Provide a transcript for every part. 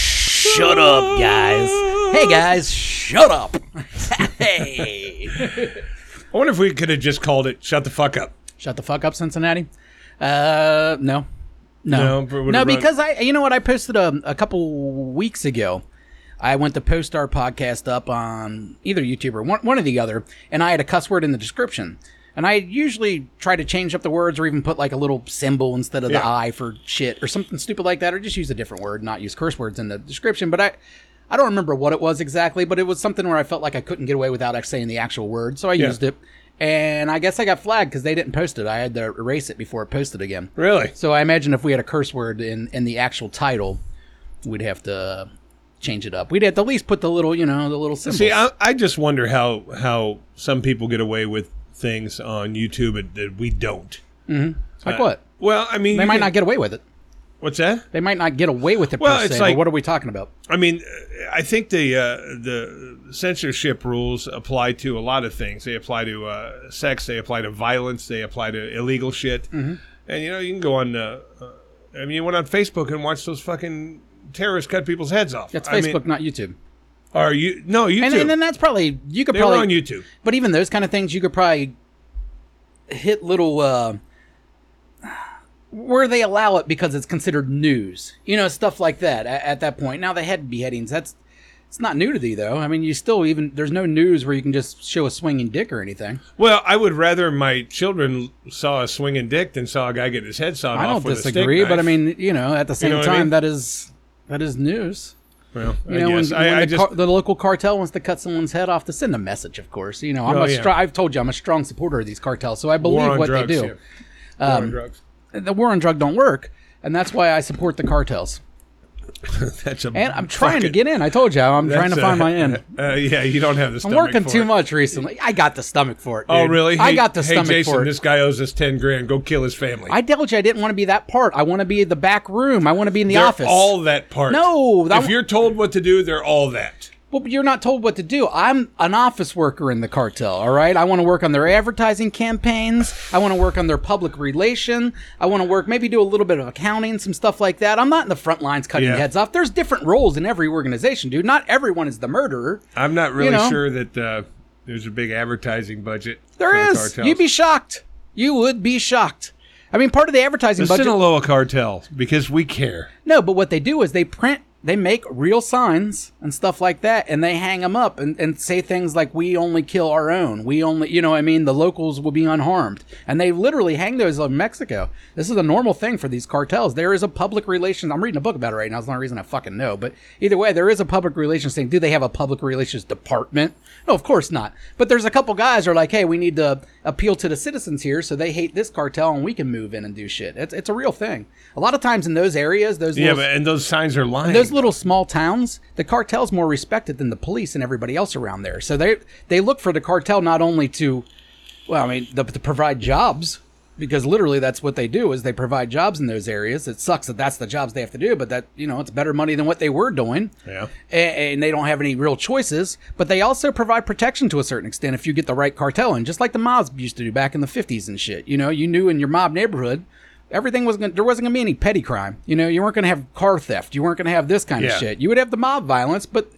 Shut up, guys. Hey, guys, shut up. hey. I wonder if we could have just called it "Shut the fuck up." Shut the fuck up, Cincinnati. Uh, no, No, no, but it no, would've run- because I, you know what, I posted a, a couple weeks ago. I went to post our podcast up on either YouTube or one, one or the other, and I had a cuss word in the description. And I usually try to change up the words or even put like a little symbol instead of the Yeah. I for shit or something stupid like that, or just use a different word, not use curse words in the description. But I, I don't remember what it was exactly, but it was something where I felt like I couldn't get away without actually saying the actual word, so I used it. And I guess I got flagged because they didn't post it. I had to erase it before it posted again. Really? So I imagine if we had a curse word in, in the actual title, we'd have to change it up. We'd have to at least put the little, you know, the little symbol. See, I, I just wonder how how some people get away with things on YouTube that- that we don't. like what? Well, I mean, They might not get away with it. What's that? They might not get away with it Well, per it's se. like- but what are we talking about? I mean, uh, I think the uh, the censorship rules apply to a lot of things. They apply to uh, sex. They apply to violence. They apply to illegal shit. Mm-hmm. And you know, you can go on. Uh, uh, I mean, you went on Facebook and watched those fucking terrorists cut people's heads off. That's I mean- Facebook, not YouTube. Or you? No, YouTube. And, and then that's probably you could they probably were on YouTube. But even those kind of things, you could probably hit little uh, where they allow it because it's considered news. You know, stuff like that. At, at that point, now they had beheadings. That's it's not nudity though. I mean, you still even there's no news where you can just show a swinging dick or anything. Well, I would rather my children saw a swinging dick than saw a guy get his head sawed I off don't with disagree, a stick but I knife. mean, you know, at the same know what I time, mean? that is that is news. well, You know, I guess when, I, when I the, just car, the local cartel wants to cut someone's head off to send a message, of course. You know, I'm Oh, a yeah. str- I've told you I'm a strong supporter of these cartels, so I war believe on what drugs. they do. Um, yeah. War on drugs. the war on drug don't work, and that's why I support the cartels. That's a And I'm trying to fucking- get in. I told you, I'm trying to That's, find uh, my end. Uh, yeah, you don't have the. I'm stomach working for too it. much recently. I got the stomach for it. Oh, dude. really? I Hey- got the hey, stomach Jason, for it. This guy owes us ten grand. Go kill his family. I told you I didn't want to be that part. I want to be in the back room. I want to be in the they're office. all that part. No, that- if you're told what to do, they're all that. Well, but you're not told what to do. I'm an office worker in the cartel, all right? I want to work on their advertising campaigns. I want to work on their public relation. I want to work, maybe do a little bit of accounting, some stuff like that. I'm not in the front lines cutting Yeah. heads off. There's different roles in every organization, dude. Not everyone is the murderer. I'm not really know. sure that uh, there's a big advertising budget. There for the is. cartels. You'd be shocked. You would be shocked. I mean, part of the advertising the budget. Sinaloa cartel because we care. No, but what they do is they print, they make real signs and stuff like that, and they hang them up and, and say things like, "We only kill our own. We only, you know, what I mean, the locals will be unharmed." And they literally hang those in Mexico. This is a normal thing for these cartels. There is a public relations. I'm reading a book about it right now. It's the only reason I fucking know. But either way, there is a public relations thing. Do they have a public relations department? No, of course not. But there's a couple guys who are like, "Hey, we need to appeal to the citizens here, so they hate this cartel, and we can move in and do shit." It's it's a real thing. A lot of times in those areas, those Yeah, little- but, and those signs are lying. those little small towns, the cartel's more respected than the police and everybody else around there. So they they look for the cartel not only to, well, I mean, the, to provide jobs because literally that's what they do is they provide jobs in those areas. It sucks that that's the jobs they have to do, but that you know it's better money than what they were doing. Yeah. A- and, they don't have any real choices. But they also provide protection to a certain extent if you get the right cartel in, just like the mobs used to do back in the fifties and shit. You know, you knew in your mob neighborhood. Everything was gonna, there wasn't gonna be any petty crime. You know, you weren't gonna have car theft. You weren't gonna have this kind Yeah. of shit. You would have the mob violence, but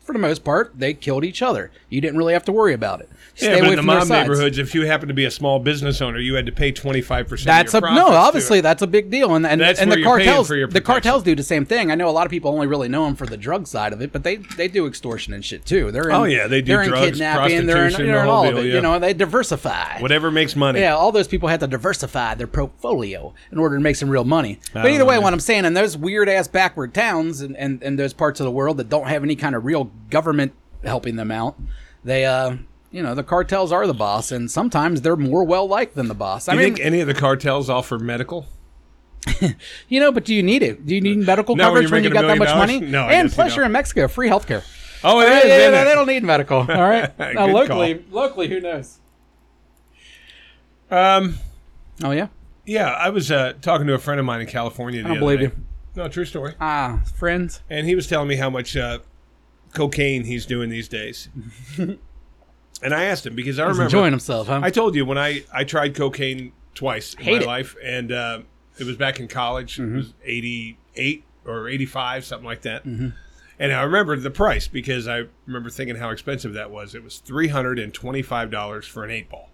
for the most part, they killed each other. You didn't really have to worry about it. Yeah, but in the their mob sides. neighborhoods, if you happen to be a small business owner, you had to pay twenty five percent. That's a of your no. profits to Obviously, it. that's a big deal, and and, That's and where the you're paying cartels for your the protection. cartels do the same thing. I know a lot of people only really know them for the drug side of it, but they they do extortion and shit too. They're in, Oh, yeah, they do They're in drugs, kidnapping. They're in, prostitution, they're in the all whole of deal, it. yeah. You know, they diversify. whatever makes money. Yeah, all those people had to diversify their portfolio in order to make some real money. But either way, what I'm saying, in those weird ass backward towns and, and, and those parts of the world that don't have any kind of real government helping them out, they, uh, you know, the cartels are the boss, and sometimes they're more well liked than the boss. I Do you mean, think any of the cartels offer medical? you know, but do you need it? Do you need medical No, when coverage you're when you got making a that much million money? dollars? No, I and guess you plus don't. you're in Mexico, free healthcare. Oh, it Yeah, is, yeah, isn't yeah, it? they don't need medical. All right. now, Good locally, locally, who knows? Um, Oh yeah, yeah, I was uh, talking to a friend of mine in California. I The don't other believe day. you. No, true story. Ah, friends. And he was telling me how much uh, cocaine he's doing these days. and I asked him because I remember Enjoying himself, huh? I told you when I I tried cocaine twice in Hate my it. Mm-hmm. life, and uh, it was back in college. It was eighty eight or eighty five, something like that. And I remembered the price because I remember thinking how expensive that was. It was three hundred and twenty-five dollars for an eight ball.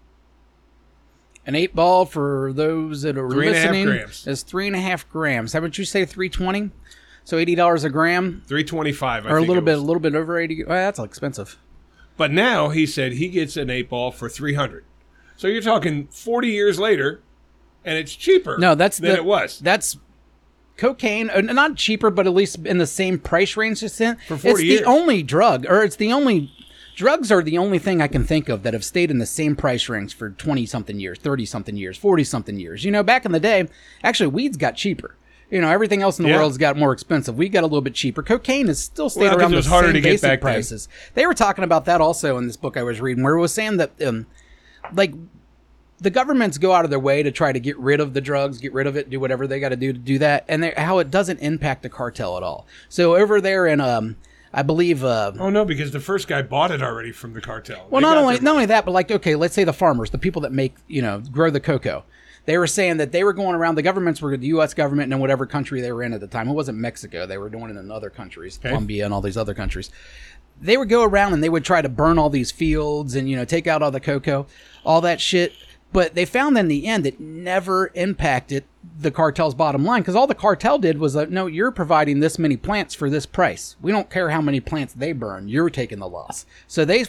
An eight ball for those that are Three and a half listening grams. is three and a half grams. Haven't you say three twenty? So eighty dollars a gram, Three twenty-five, or a little bit, a little bit over eighty. Well, that's expensive. But now he said he gets an eight ball for three hundred. So you're talking forty years later, and it's cheaper. No, that's than the, it was. That's cocaine, uh, not cheaper, but at least in the same price range. It's in. For 40 it's years. the only drug, or it's the only drugs are the only thing I can think of that have stayed in the same price range for twenty something years, thirty something years, forty something years. You know, back in the day, actually, weeds got cheaper. You know, everything else in the Yeah. world's got more expensive. We got a little bit cheaper. Cocaine has still stayed Well, 'cause around it the was harder same to get basic back then. prices. They were talking about that also in this book I was reading, where it was saying that, um, like, the governments go out of their way to try to get rid of the drugs, get rid of it, do whatever they got to do to do that, and they, how it doesn't impact the cartel at all. So over there in, um, I believe, uh, oh no, because the first guy bought it already from the cartel. well, They not got only their- not only that, but like okay, let's say the farmers, the people that make you know grow the cocoa, they were saying that they were going around. The governments were the U.S. government and in whatever country they were in at the time. It wasn't Mexico; they were doing it in other countries, Colombia and all these other countries. They would go around and they would try to burn all these fields and you know take out all the cocoa, all that shit. But they found in the end it never impacted the cartel's bottom line because all the cartel did was like, no, you're providing this many plants for this price. We don't care how many plants they burn. You're taking the loss. So they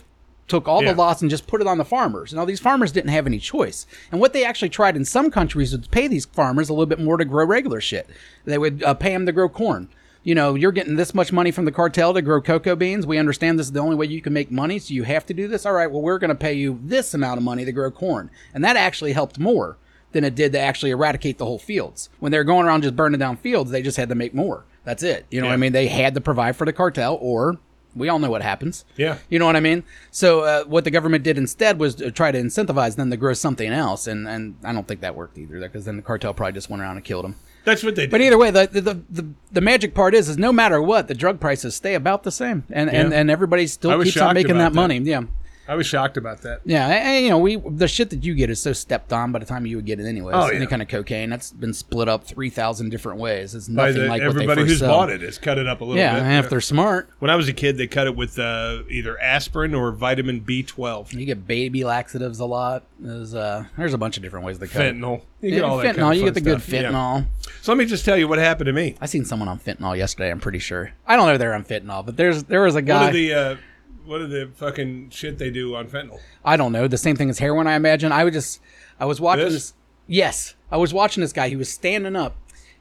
took all Yeah. the loss and just put it on the farmers. Now these farmers didn't have any choice. And what they actually tried in some countries was to pay these farmers a little bit more to grow regular shit. They would uh, pay them to grow corn. You know, you're getting this much money from the cartel to grow cocoa beans. We understand this is the only way you can make money, so you have to do this. All right, well we're going to pay you this amount of money to grow corn. And that actually helped more than it did to actually eradicate the whole fields. When they were going around just burning down fields, they just had to make more. That's it. You know what I Yeah. mean? They had to provide for the cartel or we all know what happens. Yeah. You know what I mean? So uh, what the government did instead was to try to incentivize them to grow something else, and, and I don't think that worked either, because then the cartel probably just went around and killed them. That's what they did. But either way, the the, the, the the magic part is is no matter what, the drug prices stay about the same, and and, Yeah. and everybody I still was keeps on shocked making about that, that. money. Yeah, I was shocked about that. yeah. And, and, you know, we the shit that you get is so stepped on by the time you would get it anyways. Oh, yeah. Any kind of cocaine that's been split up three thousand different ways. It's By nothing the, like what they everybody first who's sell. bought it has cut it up a little Yeah, bit. and if they're smart, When I was a kid, they cut it with uh, either aspirin or vitamin B12, you get baby laxatives a lot. There's uh, there's a bunch of different ways to cut. it. fentanyl. You Yeah, get all fentanyl. that kind of you fun get the good stuff. Yeah. fentanyl. So let me just tell you what happened to me. I seen someone on fentanyl yesterday. I'm pretty sure. I don't know if they're on fentanyl, but there's there was a What guy. are the uh, what are the fucking shit they do on fentanyl? I don't know the same thing as heroin. I imagine. I would just I was watching This? this. Yes, I was watching this guy. He was standing up,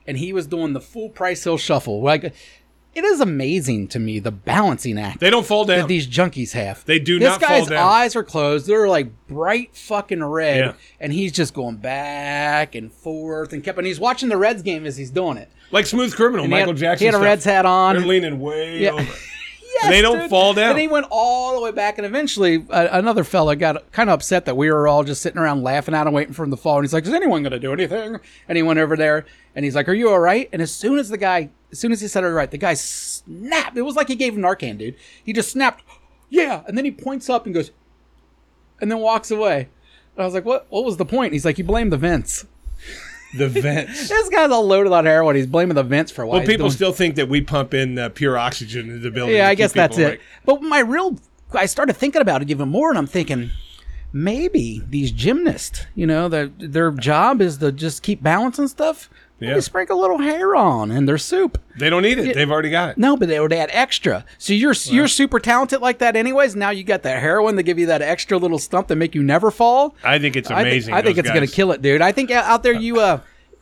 and he was doing the full price hill shuffle. Like it is amazing to me the balancing act. They don't fall down. that these junkies have. They do this not fall guy's down. eyes are closed. They're like bright fucking red, Yeah. and he's just going back and forth and kept. And he's watching the Reds game as he's doing it. like smooth criminal, he had- Michael Jackson. he had a stuff. Reds hat on. They're leaning way Yeah. over. Yes, They don't fall down. And he went all the way back, and eventually uh, another fella got kind of upset that we were all just sitting around laughing at him, waiting for him to fall. And he's like, "Is anyone going to do anything?" And he went over there, and he's like, "Are you all right?" And as soon as the guy, as soon as he said, "All right," the guy snapped. It was like he gave him Narcan, dude. He just snapped, "Yeah!" And then he points up and goes, and then walks away. And I was like, "What? What was the point?" And he's like, "You blame the vents." The vents. This guy's all loaded on heroin. He's blaming the vents for why. Well, he's people doing- still think that we pump in uh, pure oxygen into the building. Yeah, to I keep guess that's people it. But my real, I started thinking about it even more, and I'm thinking maybe these gymnasts, you know, their their job is to just keep balancing stuff. Maybe Yeah. sprinkle a little hair on in their soup. awake. They don't need it. They've already got it. No, but they would add extra. So you're you're super talented like that, anyways. Now you got that heroin to give you that extra little stump to make you never fall. I think it's amazing. I think, I think those it's going guys. to kill it, dude. I think out- out there you uh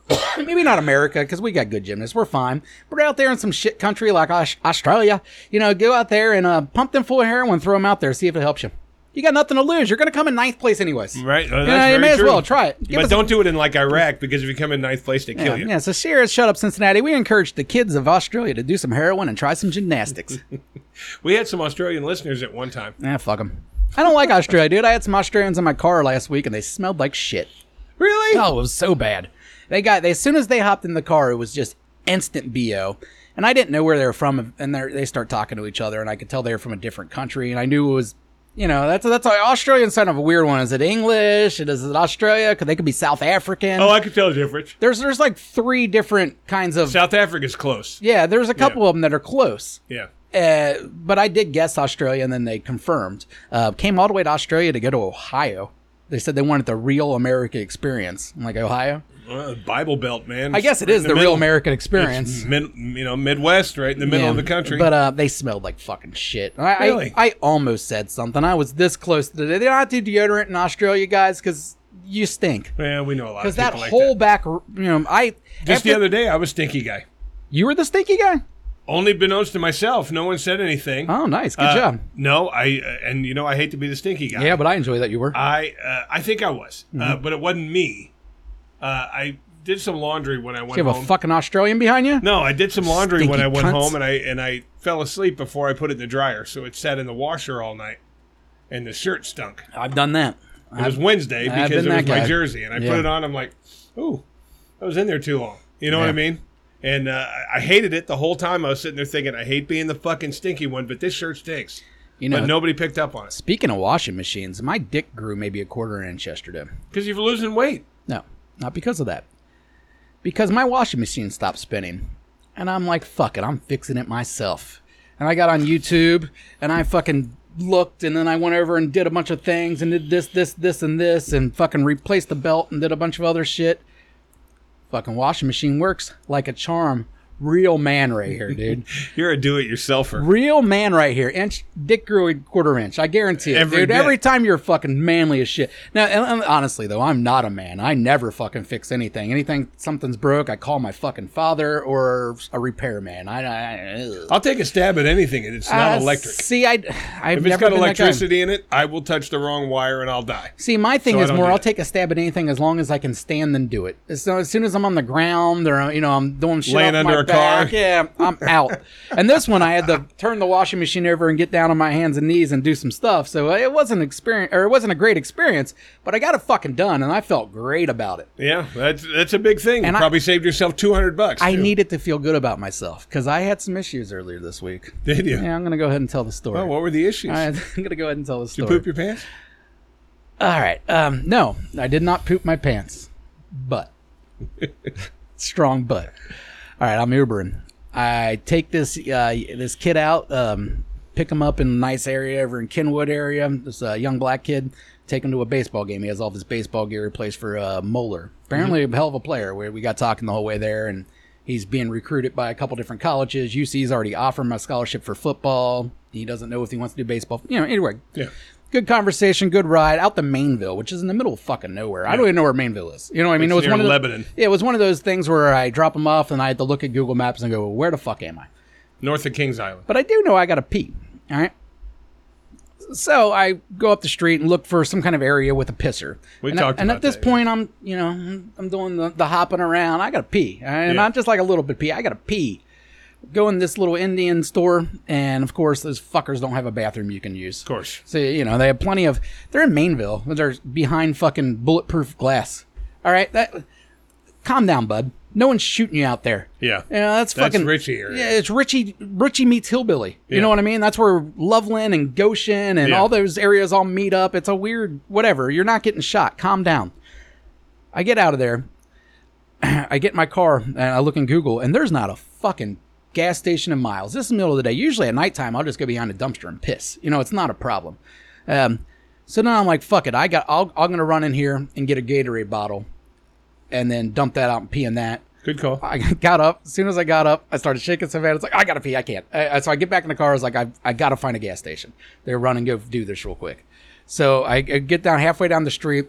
maybe not America because we got good gymnasts. We're fine. But out there in some shit country like Aus- Australia, you know, go out there and uh, pump them full of heroin, throw them out there, see if it helps you. You got nothing to lose. You're going to come in ninth place anyways. Right, well, You, that's know, you very may as true. well try it. Give us but a- don't do it in like Iraq because if you come in ninth place, they kill yeah, you. yeah, so serious. Shut up, Cincinnati. We encourage the kids of Australia to do some heroin and try some gymnastics. We had some Australian listeners at one time. nah, fuck them. I don't like Australia, dude. I had some Australians in my car last week, and they smelled like shit. Really? Oh, it was so bad. They got they, as soon as they hopped in the car, it was just instant bo. And I didn't know where they were from, and they're- they start talking to each other, and I could tell they were from a different country, and I knew it was, you know, that's that's an Australian sound of a weird one. Is it English? Is it Australia? Because they could be South African. Oh, I could tell the difference. there's there's like three different kinds of. South Africa's close. yeah, there's a couple Yeah. of them that are close. Yeah. Uh, but I did guess Australia, and then they confirmed. Uh, came all the way to Australia to go to Ohio. They said they wanted the real American experience. I'm like, Ohio? Well, Bible Belt, man. I guess it Right is in the, real middle. American It's experience. mid, you know, Midwest, right in the middle of Yeah, the country. But uh, they smelled like fucking shit. I, Really? I I almost said something. I was this close. To, they don't do deodorant in Australia, guys, because you stink. yeah, we know a lot. Because Because that like whole that. back, r- you know, I Just after- the other day, I was stinky guy. you were the stinky guy. Only beknownst to myself, no one said anything. Oh, nice, good Uh, job. No, I uh, and you know I hate to be the stinky guy. Yeah, but I enjoy that you were. I uh, I think I was, Mm-hmm. uh, but it wasn't me. Uh, I did some laundry when I went you have home. a fucking Australian behind you. no, I did some laundry when Stinky I went cunts. home, and I and I fell asleep before I put it in the dryer, so it sat in the washer all night, and the shirt stunk. I've done that. It was Wednesday I've because it been was that my guy. jersey, and I Yeah. put it on. I'm like, ooh, I was in there too long. You know what I Yeah. mean? And uh, I- I hated it the whole time. I was sitting there thinking, I hate being the fucking stinky one, but this shirt stinks. You But know. nobody picked up on it Speaking of washing machines, my dick grew maybe a quarter inch yesterday. because you're losing weight. No, not because of that. Because my washing machine stopped spinning. And I'm like, fuck it, I'm fixing it myself. And I got on YouTube and I fucking looked and then I went over and did a bunch of things and did this, this, this, and this and fucking replaced the belt and did a bunch of other shit. Fucking washing machine works like a charm. Real man right here, dude. You're a do-it-yourselfer. Real man right here. Inch dick grew a quarter inch. I guarantee it, Every dude. bit. Every time you're fucking manly as shit. Now, and, and honestly though, I'm not a man. I never fucking fix anything. Anything something's broke, I call my fucking father or a repairman. I, I, I ugh. I'll take a stab at anything, and it's not Uh, electric. See, I, I've If never it's got been that guy. electricity in it, I will touch the wrong wire and I'll die. See, my thing So I is don't more. do I'll that. take a stab at anything as long as I can stand and do it. As, so- as soon as I'm on the ground or you know I'm doing shit Laying off under my a car. back, yeah, I'm out. and this one, I had to turn the washing machine over and get down on my hands and knees and do some stuff. So uh, it wasn't experience, or it wasn't a great experience, but I got it fucking done, and I felt great about it. Yeah, that's that's a big thing. And you I- probably saved yourself two hundred bucks. I too. needed to feel good about myself because I had some issues earlier this week. Did you? Yeah, I'm gonna go ahead and tell the story. Oh, Well, what were the issues? All right, I'm gonna go ahead and tell the Did you story. poop your pants? All right. Um, no, I did not poop my pants, but strong butt. All right, I'm Ubering. I take this uh, this kid out, um, pick him up in a nice area over in Kenwood area. This uh, young black kid, take him to a baseball game. He has all of his baseball gear. He plays for uh, Moeller. Apparently, a hell of a player. We, we got talking the whole way there, and he's being recruited by a couple different colleges. UC's already offered him a scholarship for football. He doesn't know if he wants to do baseball. You know, anyway, Yeah. good conversation, good ride out to Mainville, which is in the middle of fucking nowhere. I don't even know where Mainville is. You know what I mean? It's it was near one of the- Lebanon. yeah, it was one of those things where I drop them off and I had to look at Google Maps and go, well, where the fuck am I? North of Kings Island. But I do know I got to pee. All right. So I go up the street and look for some kind of area with a pisser. We and talked and about at this that, yeah. point, I'm you know I'm- I'm doing the, the hopping around. I got to pee, all right? and Yeah. not just like a little bit pee. I got to pee. Go in this little Indian store, and of course those fuckers don't have a bathroom you can use. Of course. So you know they have plenty of. They're in Mainville. They're behind fucking bulletproof glass. All right, that. Calm down, bud. No one's shooting you out there. Yeah. You know, that's, That's fucking Richie area. Yeah, it's Richie. Richie meets hillbilly. You Yeah. know what I mean? That's where Loveland and Goshen and Yeah. all those areas all meet up. It's a weird whatever. You're not getting shot. Calm down. I get out of there. I get in my car and I look in Google, and there's not a fucking gas station in miles. This is the middle of the day. Usually at nighttime, I'll just go behind a dumpster and piss. You know, it's not a problem. Um, so now I'm like, fuck it. I got. I'll, I'm gonna run in here and get a Gatorade bottle, and then dump that out and pee in that. Good call. I got up. As soon as I got up, I started shaking so bad. It's like I gotta pee. I can't. Uh, so I get back in the car. I was like, I, I gotta find a gas station. They're running. Go do this real quick. So I, I get down halfway down the street.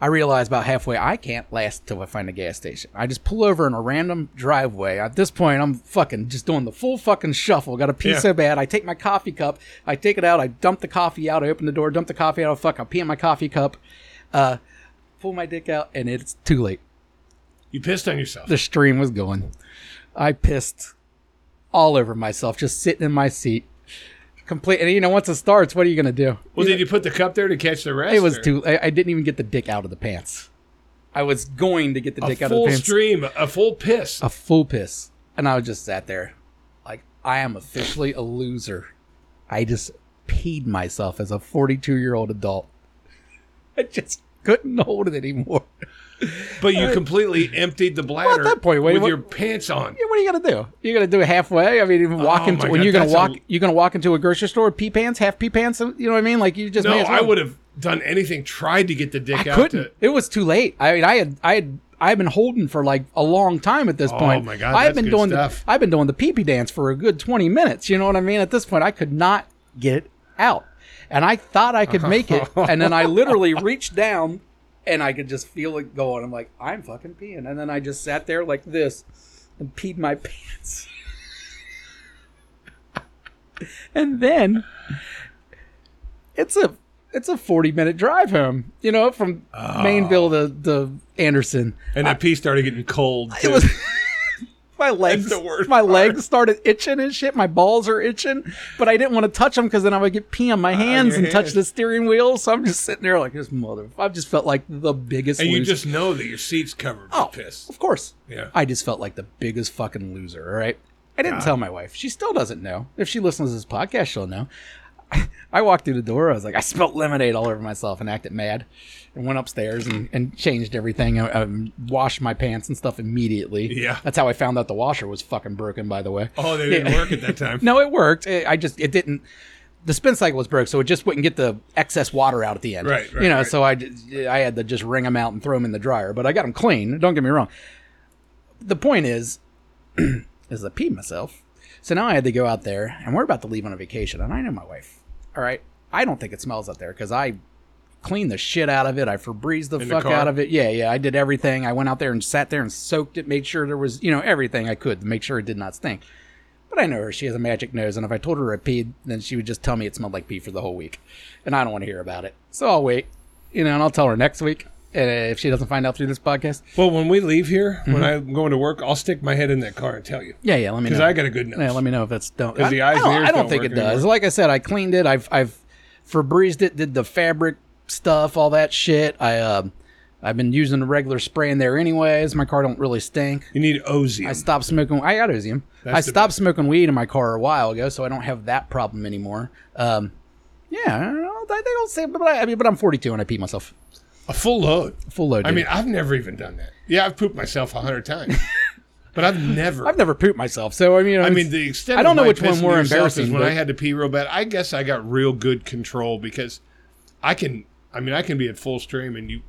I realize about halfway I can't last till I find a gas station. I just pull over in a random driveway. At this point, I'm fucking just doing the full fucking shuffle. Got to pee Yeah. so bad. I take my coffee cup. I take it out. I dump the coffee out. I open the door. Dump the coffee out. Fuck. I pee in my coffee cup. Uh, pull my dick out, and it's too late You pissed on yourself. the stream was going. I pissed all over myself, just sitting in my seat. Complete, and you know, once it starts, what are you gonna do? Well, did you put the cup there to catch the rest? It was or- too. I, I didn't even get the dick out of the pants. I was going to get the a dick out of the full pants. Oh. stream, a full piss. a full piss, and I just sat there, like I am officially a loser. I just peed myself as a 42 year old adult. I just couldn't hold it anymore. But you completely emptied the bladder that point, wait, with what- your pants on. Yeah, what are you gonna do? You're gonna do it halfway. I mean, even walk Oh into my when God, you're gonna that's a- walk, you're gonna walk into a grocery store, pee pants, half pee pants. You know what I mean? Like you just No, may as well. I would have done anything, tried to get the dick I out. couldn't. To, It was too late. I mean, I had, I had, I've been holding for like a long time at this point. Oh my God, I've that's been good doing stuff. the, I've been doing the pee pee dance for a good twenty minutes. You know what I mean? At this point, I could not get it out, and I thought I could make it, and then I literally reached down, and I could just feel it going. I'm like, I'm fucking peeing, and then I just sat there like this, and peed my pants. and then it's a it's a 40 minute drive home you know from Oh. mainville to, to anderson and that pee started getting cold. it too. was my legs the worst my legs started itching and shit my balls are itching but i didn't want to touch them because then i would get pee on my hands your and touch hands. the steering wheel so i'm just sitting there like this mother i've just felt like the biggest and you loser just know that your seat's covered with Oh, piss. Of course. Yeah. I just felt like the biggest fucking loser, all right? I didn't tell my wife. She still doesn't know. If she listens to this podcast, she'll know. I walked through the door. I was like, I spilled lemonade all over myself and acted mad and went upstairs and, and changed everything. I, I washed my pants and stuff immediately. Yeah. That's how I found out the washer was fucking broken, by the way. Oh, they didn't work at that time. No, it worked. It, I just it didn't. The spin cycle was broke, so it just wouldn't get the excess water out at the end. Right, right, you know, right. so I d- I had to just wring them out and throw them in the dryer. But I got them clean. Don't get me wrong. The point is, is I peed myself. So now I had to go out there, and we're about to leave on a vacation. And I know my wife. All right, I don't think it smells out there because I cleaned the shit out of it. I Febreze the In the fuck car? out of it. Yeah, yeah. I did everything. I went out there and sat there and soaked it, made sure there was, you know, everything I could to make sure it did not stink. But I know her. She has a magic nose, and if I told her I peed, then she would just tell me it smelled like pee for the whole week. And I don't want to hear about it. So I'll wait, you know, and I'll tell her next week. And if she doesn't find out through this podcast, Well, when we leave here, when I'm going to work, I'll stick my head in that car and tell you yeah, Mm-hmm. yeah, let me know. because I got a good nose. Yeah, let me know if that's don't. 'Cause the I- eyes I and don't, ears I don't don't think it work does. anymore. Like I said, I cleaned it. I've I've Febrezed it. Did the fabric stuff, all that shit. I um I've been using the regular spray in there anyways. My car don't really stink. you need Ozium. I stopped smoking. I got osium. I the stopped smoking weed in my car a while ago, so I don't have that problem anymore. Um, yeah, I don't know. I think I'll say, but I, I mean, but I'm 42 and I pee myself. a full load. Full load. I dude. mean, I've never even done that. Yeah, I've pooped myself a hundred times, but I've never. I've never pooped myself, so I mean, I it's- mean, the extent. I don't of know my which one pissing more yourself is embarrassing, When but- I had to pee real bad, I guess I got real good control because I can. I mean, I can be at full stream and you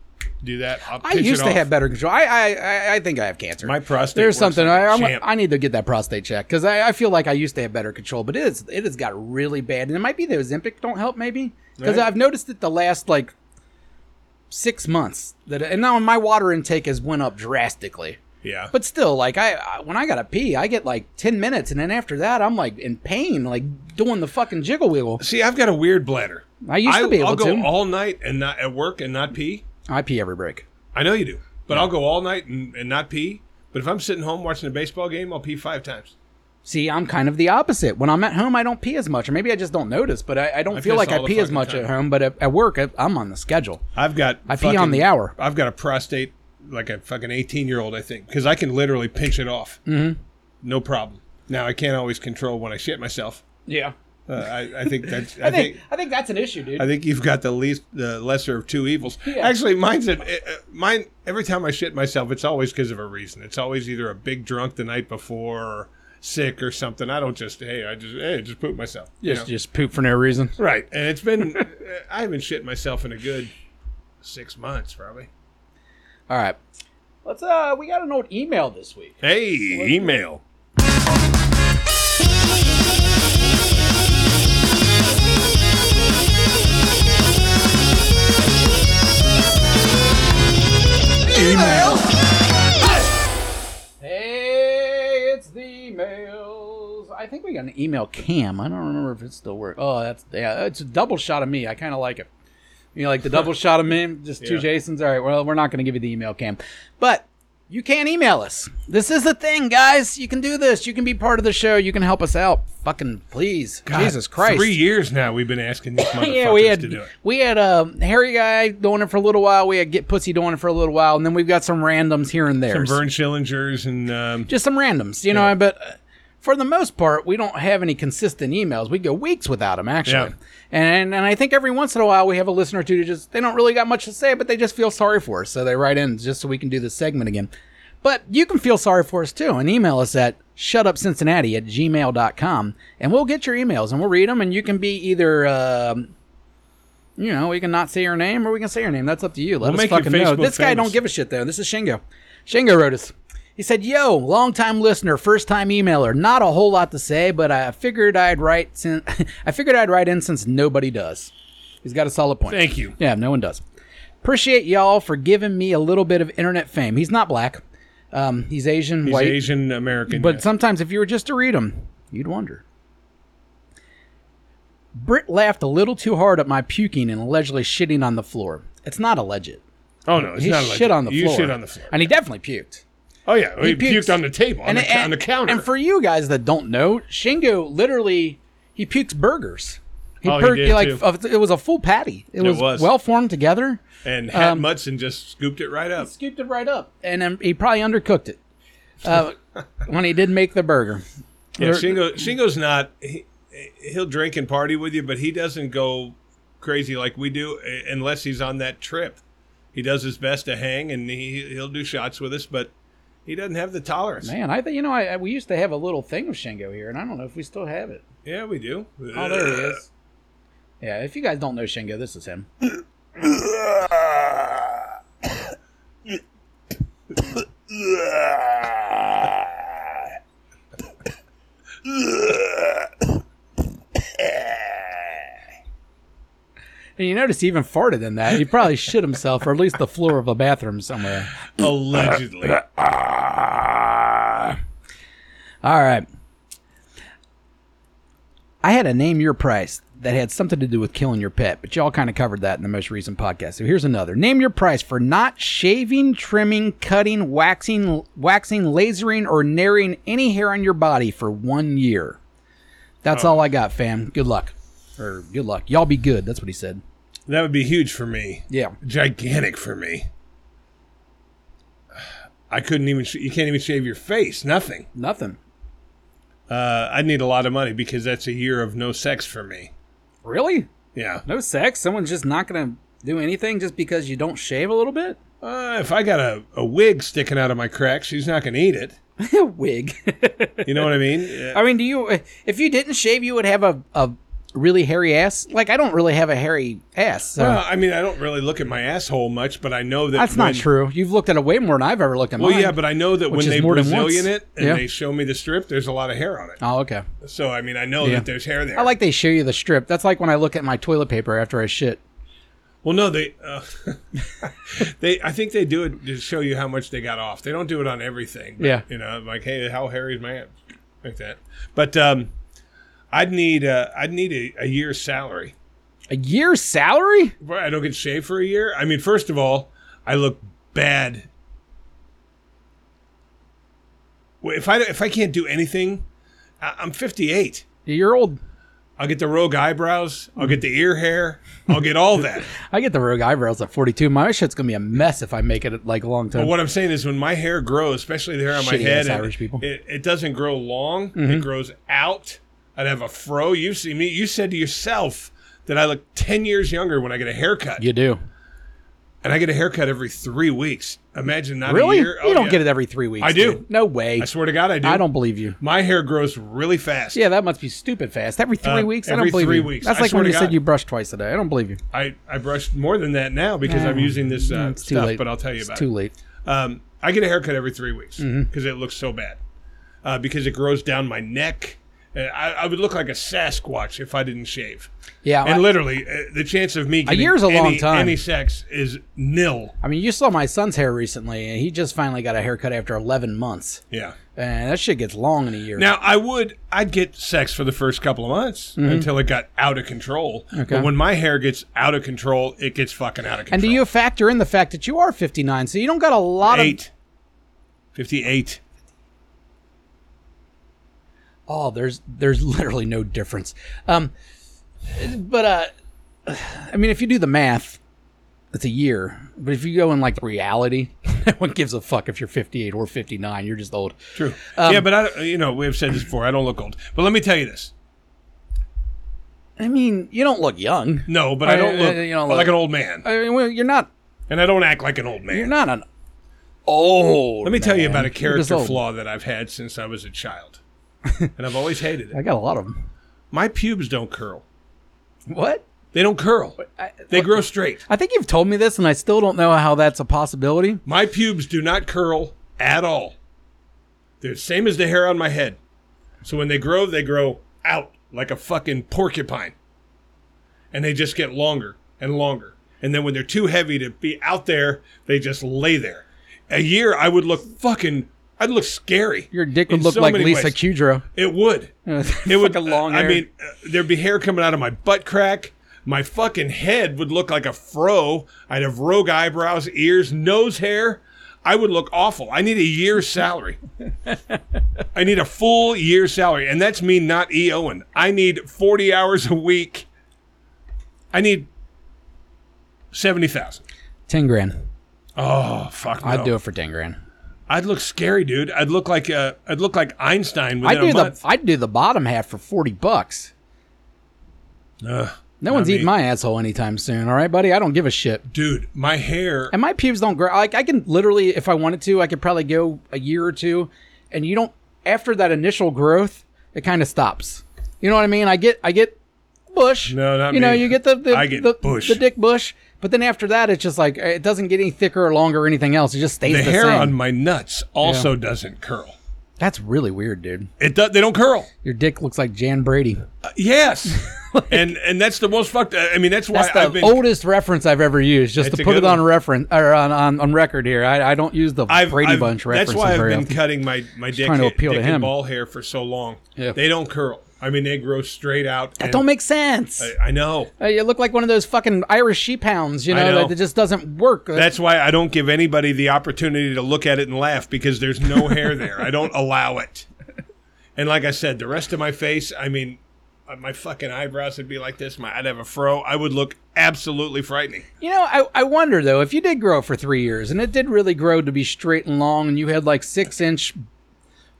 do that. I'll I pinch it used to off. have better control. I I, I I think I have cancer. My prostate There's works something like I a I'm, champ. I need to get that prostate check because I, I feel like I used to have better control, but it is it has got really bad, and it might be the Ozempic don't help maybe because Right. I've noticed it the last like six months that and now my water intake has went up drastically. Yeah, But still, like I, I when I gotta pee, I get like ten minutes, and then after that, I'm like in pain, like doing the fucking jiggle wiggle. see, I've got a weird bladder. I used to be able I'll go to. all night and not at work and not pee. I pee every break. I know you do, but I'll go all night and, and not pee. But if I'm sitting home watching a baseball game, I'll pee five times. See, I'm kind of the opposite. When I'm at home, I don't pee as much, or maybe I just don't notice. But I, I don't I feel piss like all I the pee as fucking much time. at home. But at, at work, I, I'm on the schedule. I've got I pee on the hour. I've got a prostate like a fucking eighteen year old, I think, because I can literally pinch it off, Mm-hmm. no problem. Now I can't always control when I shit myself. Yeah, Uh, I, I think that's I think I think that's an issue, dude. I think you've got the least, the lesser of two evils. Yeah. Actually, mine's a, uh, mine. Every time I shit myself, it's always because of a reason. It's always either a big drunk the night before, or sick, or something. I don't just hey, I just hey, I just poop myself. you just know? just poop for no reason. right. And it's been uh, I haven't shit myself in a good six months probably. All right, let's. Uh, we got an old email this week. Hey, email. Hey, it's the emails. I think we got an email cam. I don't remember if it still works. Oh, that's yeah, it's a double shot of me. I kind of like it. You know, like the double shot of me, just two Yeah. Jasons. All right, well, we're not going to give you the email cam, but you can email us. This is the thing, guys. You can do this. You can be part of the show. You can help us out. Fucking please, Jesus Christ. Three years now we've been asking these motherfuckers Yeah, we to had do it. we had um, Harry guy doing it for a little while. We had Get Pussy doing it for a little while, and then we've got some randoms here and there. Vern Schillingers and um, just some randoms, you know. But uh, for the most part, we don't have any consistent emails. We go weeks without them, actually. Yeah. And and I think every once in a while we have a listener or two who just they don't really got much to say, but they just feel sorry for us, so they write in just so we can do this segment again. But you can feel sorry for us too, and email us at shutupcincinnati at gmail.com, and we'll get your emails and we'll read them, and you can be either. Um, you know, we can not say your name or we can say your name. That's up to you. Let We'll us make your fucking know. Facebook This guy famous. don't give a shit though. This is Shingo. Shingo wrote us. He said, "Yo, long-time listener, first-time emailer. Not a whole lot to say, but I figured I'd write since I figured I'd write in since nobody does. He's got a solid point. Thank you. Yeah, no one does. Appreciate y'all for giving me a little bit of internet fame. He's not black. Um, he's Asian, He's white, Asian American. but sometimes if you were just to read them, you'd wonder. Britt laughed a little too hard at my puking and allegedly shitting on the floor. It's not alleged. oh no, it's He not like shit on the you floor. shit on the floor. And he definitely puked. Oh yeah, he, puked. puked, on the table on, And, the, and- on the counter. And for you guys that don't know, Shingo literally he pukes burgers. He, Oh, he did, like too. of- it was a full patty. It, was, was. well formed together. And Hat um, Mudson just scooped it right up. Scooped it right up, and um, he probably undercooked it uh, when he did make the burger. Yeah, There- Shingo, Shingo's not. He, he'll drink and party with you, but he doesn't go crazy like we do uh, unless he's on that trip. He does his best to hang, and he he'll do shots with us, but he doesn't have the tolerance. Man, I think you know I, I- we used to have a little thing with Shingo here, and I don't know if we still have it. Yeah, we do. Uh, Oh, there it is. Yeah, if you guys don't know Shingo, this is him. And you notice he even farted in that. He probably shit himself, or at least the floor of a bathroom somewhere. Allegedly, All right. I had a name your price that had something to do with killing your pet, but y'all kind of covered that in the most recent podcast. So here's another. Name your price for not shaving, trimming, cutting, waxing, waxing, lasering or narrowing any hair on your body for 1 year. That's all I got, fam. Good luck. Or good luck. Y'all be good. That's what he said. that would be huge for me. Yeah. gigantic for me. I couldn't even. sh- You can't even shave your face. Nothing. Nothing. Uh, I'd need a lot of money because that's a year of no sex for me. Really? Yeah. No sex? Someone's just not going to do anything just because you don't shave a little bit? Uh, if I got a, a wig sticking out of my crack, she's not going to eat it. Wig. You know what I mean? Uh, I mean, do you? If you didn't shave, you would have a, a really hairy ass. Like I don't really have a hairy ass. So. well, I mean, I don't really look at my asshole much, but I know that Uh, that's when, not true. You've looked at it way more than I've ever looked at Well, mine. yeah, but I know that Which when is they more than once. Brazilian it and Yeah. they show me the strip, there's a lot of hair on it. oh, okay. So I mean, I know Yeah. that there's hair there. I like they show you the strip. That's like when I look at my toilet paper after I shit. Well, no, they uh, they I think they do it to show you how much they got off. They don't do it on everything. but, Yeah. you know, like hey, how hairy is my aunt? like that. But um, I'd need uh, I'd need a, a year's salary. A year's salary? Boy, I don't get shaved for a year. I mean, first of all, I look bad. Well, If I if I can't do anything, I- I'm 58. You're old. I'll get the rogue eyebrows. I'll get the ear hair. I'll get all that. I get the rogue eyebrows at 42. My shit's gonna be a mess if I make it like a long time. But what I'm saying is, when my hair grows, especially the hair on my Shitty head, ass and Irish people. Mm-hmm. It, it doesn't grow long; it grows out. I'd have a fro. You see me. You said to yourself that I look ten years younger when I get a haircut, you do? and I get a haircut every three weeks. Imagine not Really? a year. Oh, you don't yeah. get it every three weeks. I do. dude. No way. I swear to God, I do. I don't believe you. My hair grows really fast. Yeah, that must be stupid fast. Every three Uh, weeks, I every don't believe three you. weeks. That's I like swear when to you said God. you brush twice a day. I don't believe you. I I brushed more than that now because I'm using this uh, Mm, It's too stuff. late. But I'll tell you about Too it. late. Um, I get a haircut every three weeks because Mm-hmm. it looks so bad. Uh, because it grows down my neck. Uh, I, I would look like a Sasquatch if I didn't shave. Yeah, And I- literally, uh, the chance of me getting year's a long any, time. any sex is nil. I mean, you saw my son's hair recently, and he just finally got a haircut after 11 months. Yeah. And that shit gets long in a year. Now I would I'd get sex for the first couple of months Mm-hmm. until it got out of control. But when my hair gets out of control, it gets fucking out of control. and do you factor in the fact that you are 59, so you don't got a lot of. eight? Fifty eight. Oh, there's there's literally no difference. Um, but uh, I mean, if you do the math, it's a year. But if you go in like reality, no one gives a fuck if you're 58 or 59. You're just old. True. Um, yeah, but I, don't- you know, we have said this before. I don't look old, but let me tell you this. I mean, you don't look young. No, but I don't Uh, look, you don't like look- an old man, I mean, well, you're not. and I don't act like an old man. You're not an old. Let me tell you man. about a You're just character old. flaw that I've had since I was a child, and I've always hated I it. got a lot of them. My pubes don't curl. What? They don't curl. I- They grow straight. I think you've told me this, and I still don't know how that's a possibility. My pubes do not curl at all. They're the same as the hair on my head. So when they grow, they grow out like a fucking porcupine. And they just get longer and longer. And then when they're too heavy to be out there, they just lay there. A year, I would look fucking. I'd look scary. Your dick would in look so like many Lisa ways. Kudrow. It would. it It would. a long. I hair. mean, uh, there'd be hair coming out of my butt crack. My fucking head would look like a fro. I'd have rogue eyebrows, ears, nose hair. I would look awful. I need a year's salary. I need a full year's salary, and that's me not E. Owen. I need forty hours a week. I need seventy thousand. ten grand. Oh fuck! No. I'd do it for ten grand. I'd look scary, dude. I'd look like uh, I'd look like Einstein I'd within do a the month. I'd do the bottom half for forty bucks. Ugh. No one's me. eating my asshole anytime soon. All right, buddy. I don't give a shit. dude, my hair. And my pubes don't grow. Like I can literally, if I wanted to, I could probably go a year or two, and you don't. After that initial growth, it kind of stops. You know what I mean? I get, I get bush. No, not you know, me. you get the, the I get the, bush. the dick bush. But then after that, it's just like it doesn't get any thicker or longer or anything else. It just stays the the, hair same. on my nuts also doesn't curl. That's really weird, dude. It do, they don't curl. Your dick looks like Jan Brady. Uh, yes, and and that's the most fucked. I mean, that's why That's the I've been. oldest reference I've ever used. Just It's to a put it good on one. reference or on, on, on record here. I, I don't use the I've, Brady I've- Bunch references That's why I've very been often. cutting my my dick, trying to appeal to dick him. and ball hair for so long. Yeah. They don't curl. I mean, they grow straight out. and- Don't make sense. I, I know. Uh, you look like one of those fucking Irish sheep hounds, you I know, know. That, that just doesn't work. Uh, That's why I don't give anybody the opportunity to look at it and laugh because there's no hair there. I don't allow it. And like I said, the rest of my face, I mean, uh, my fucking eyebrows would be like this. My, I'd have a fro. I would look absolutely frightening. you know, I, I wonder though, if you did grow for three years and it did really grow to be straight and long and you had like six inch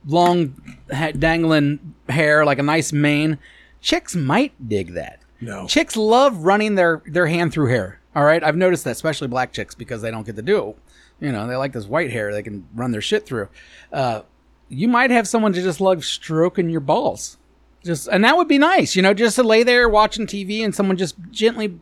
long ha- dangling hair, like a nice mane, chicks might dig that. No. Chicks love running their, their hand through hair. All right. I've noticed that, especially black chicks, because they don't get to do it. You know, they like this white hair they can run their shit through. Uh, you might have someone to just love stroking your balls. Just and that would be nice, you know, just to lay there watching TV and someone just gently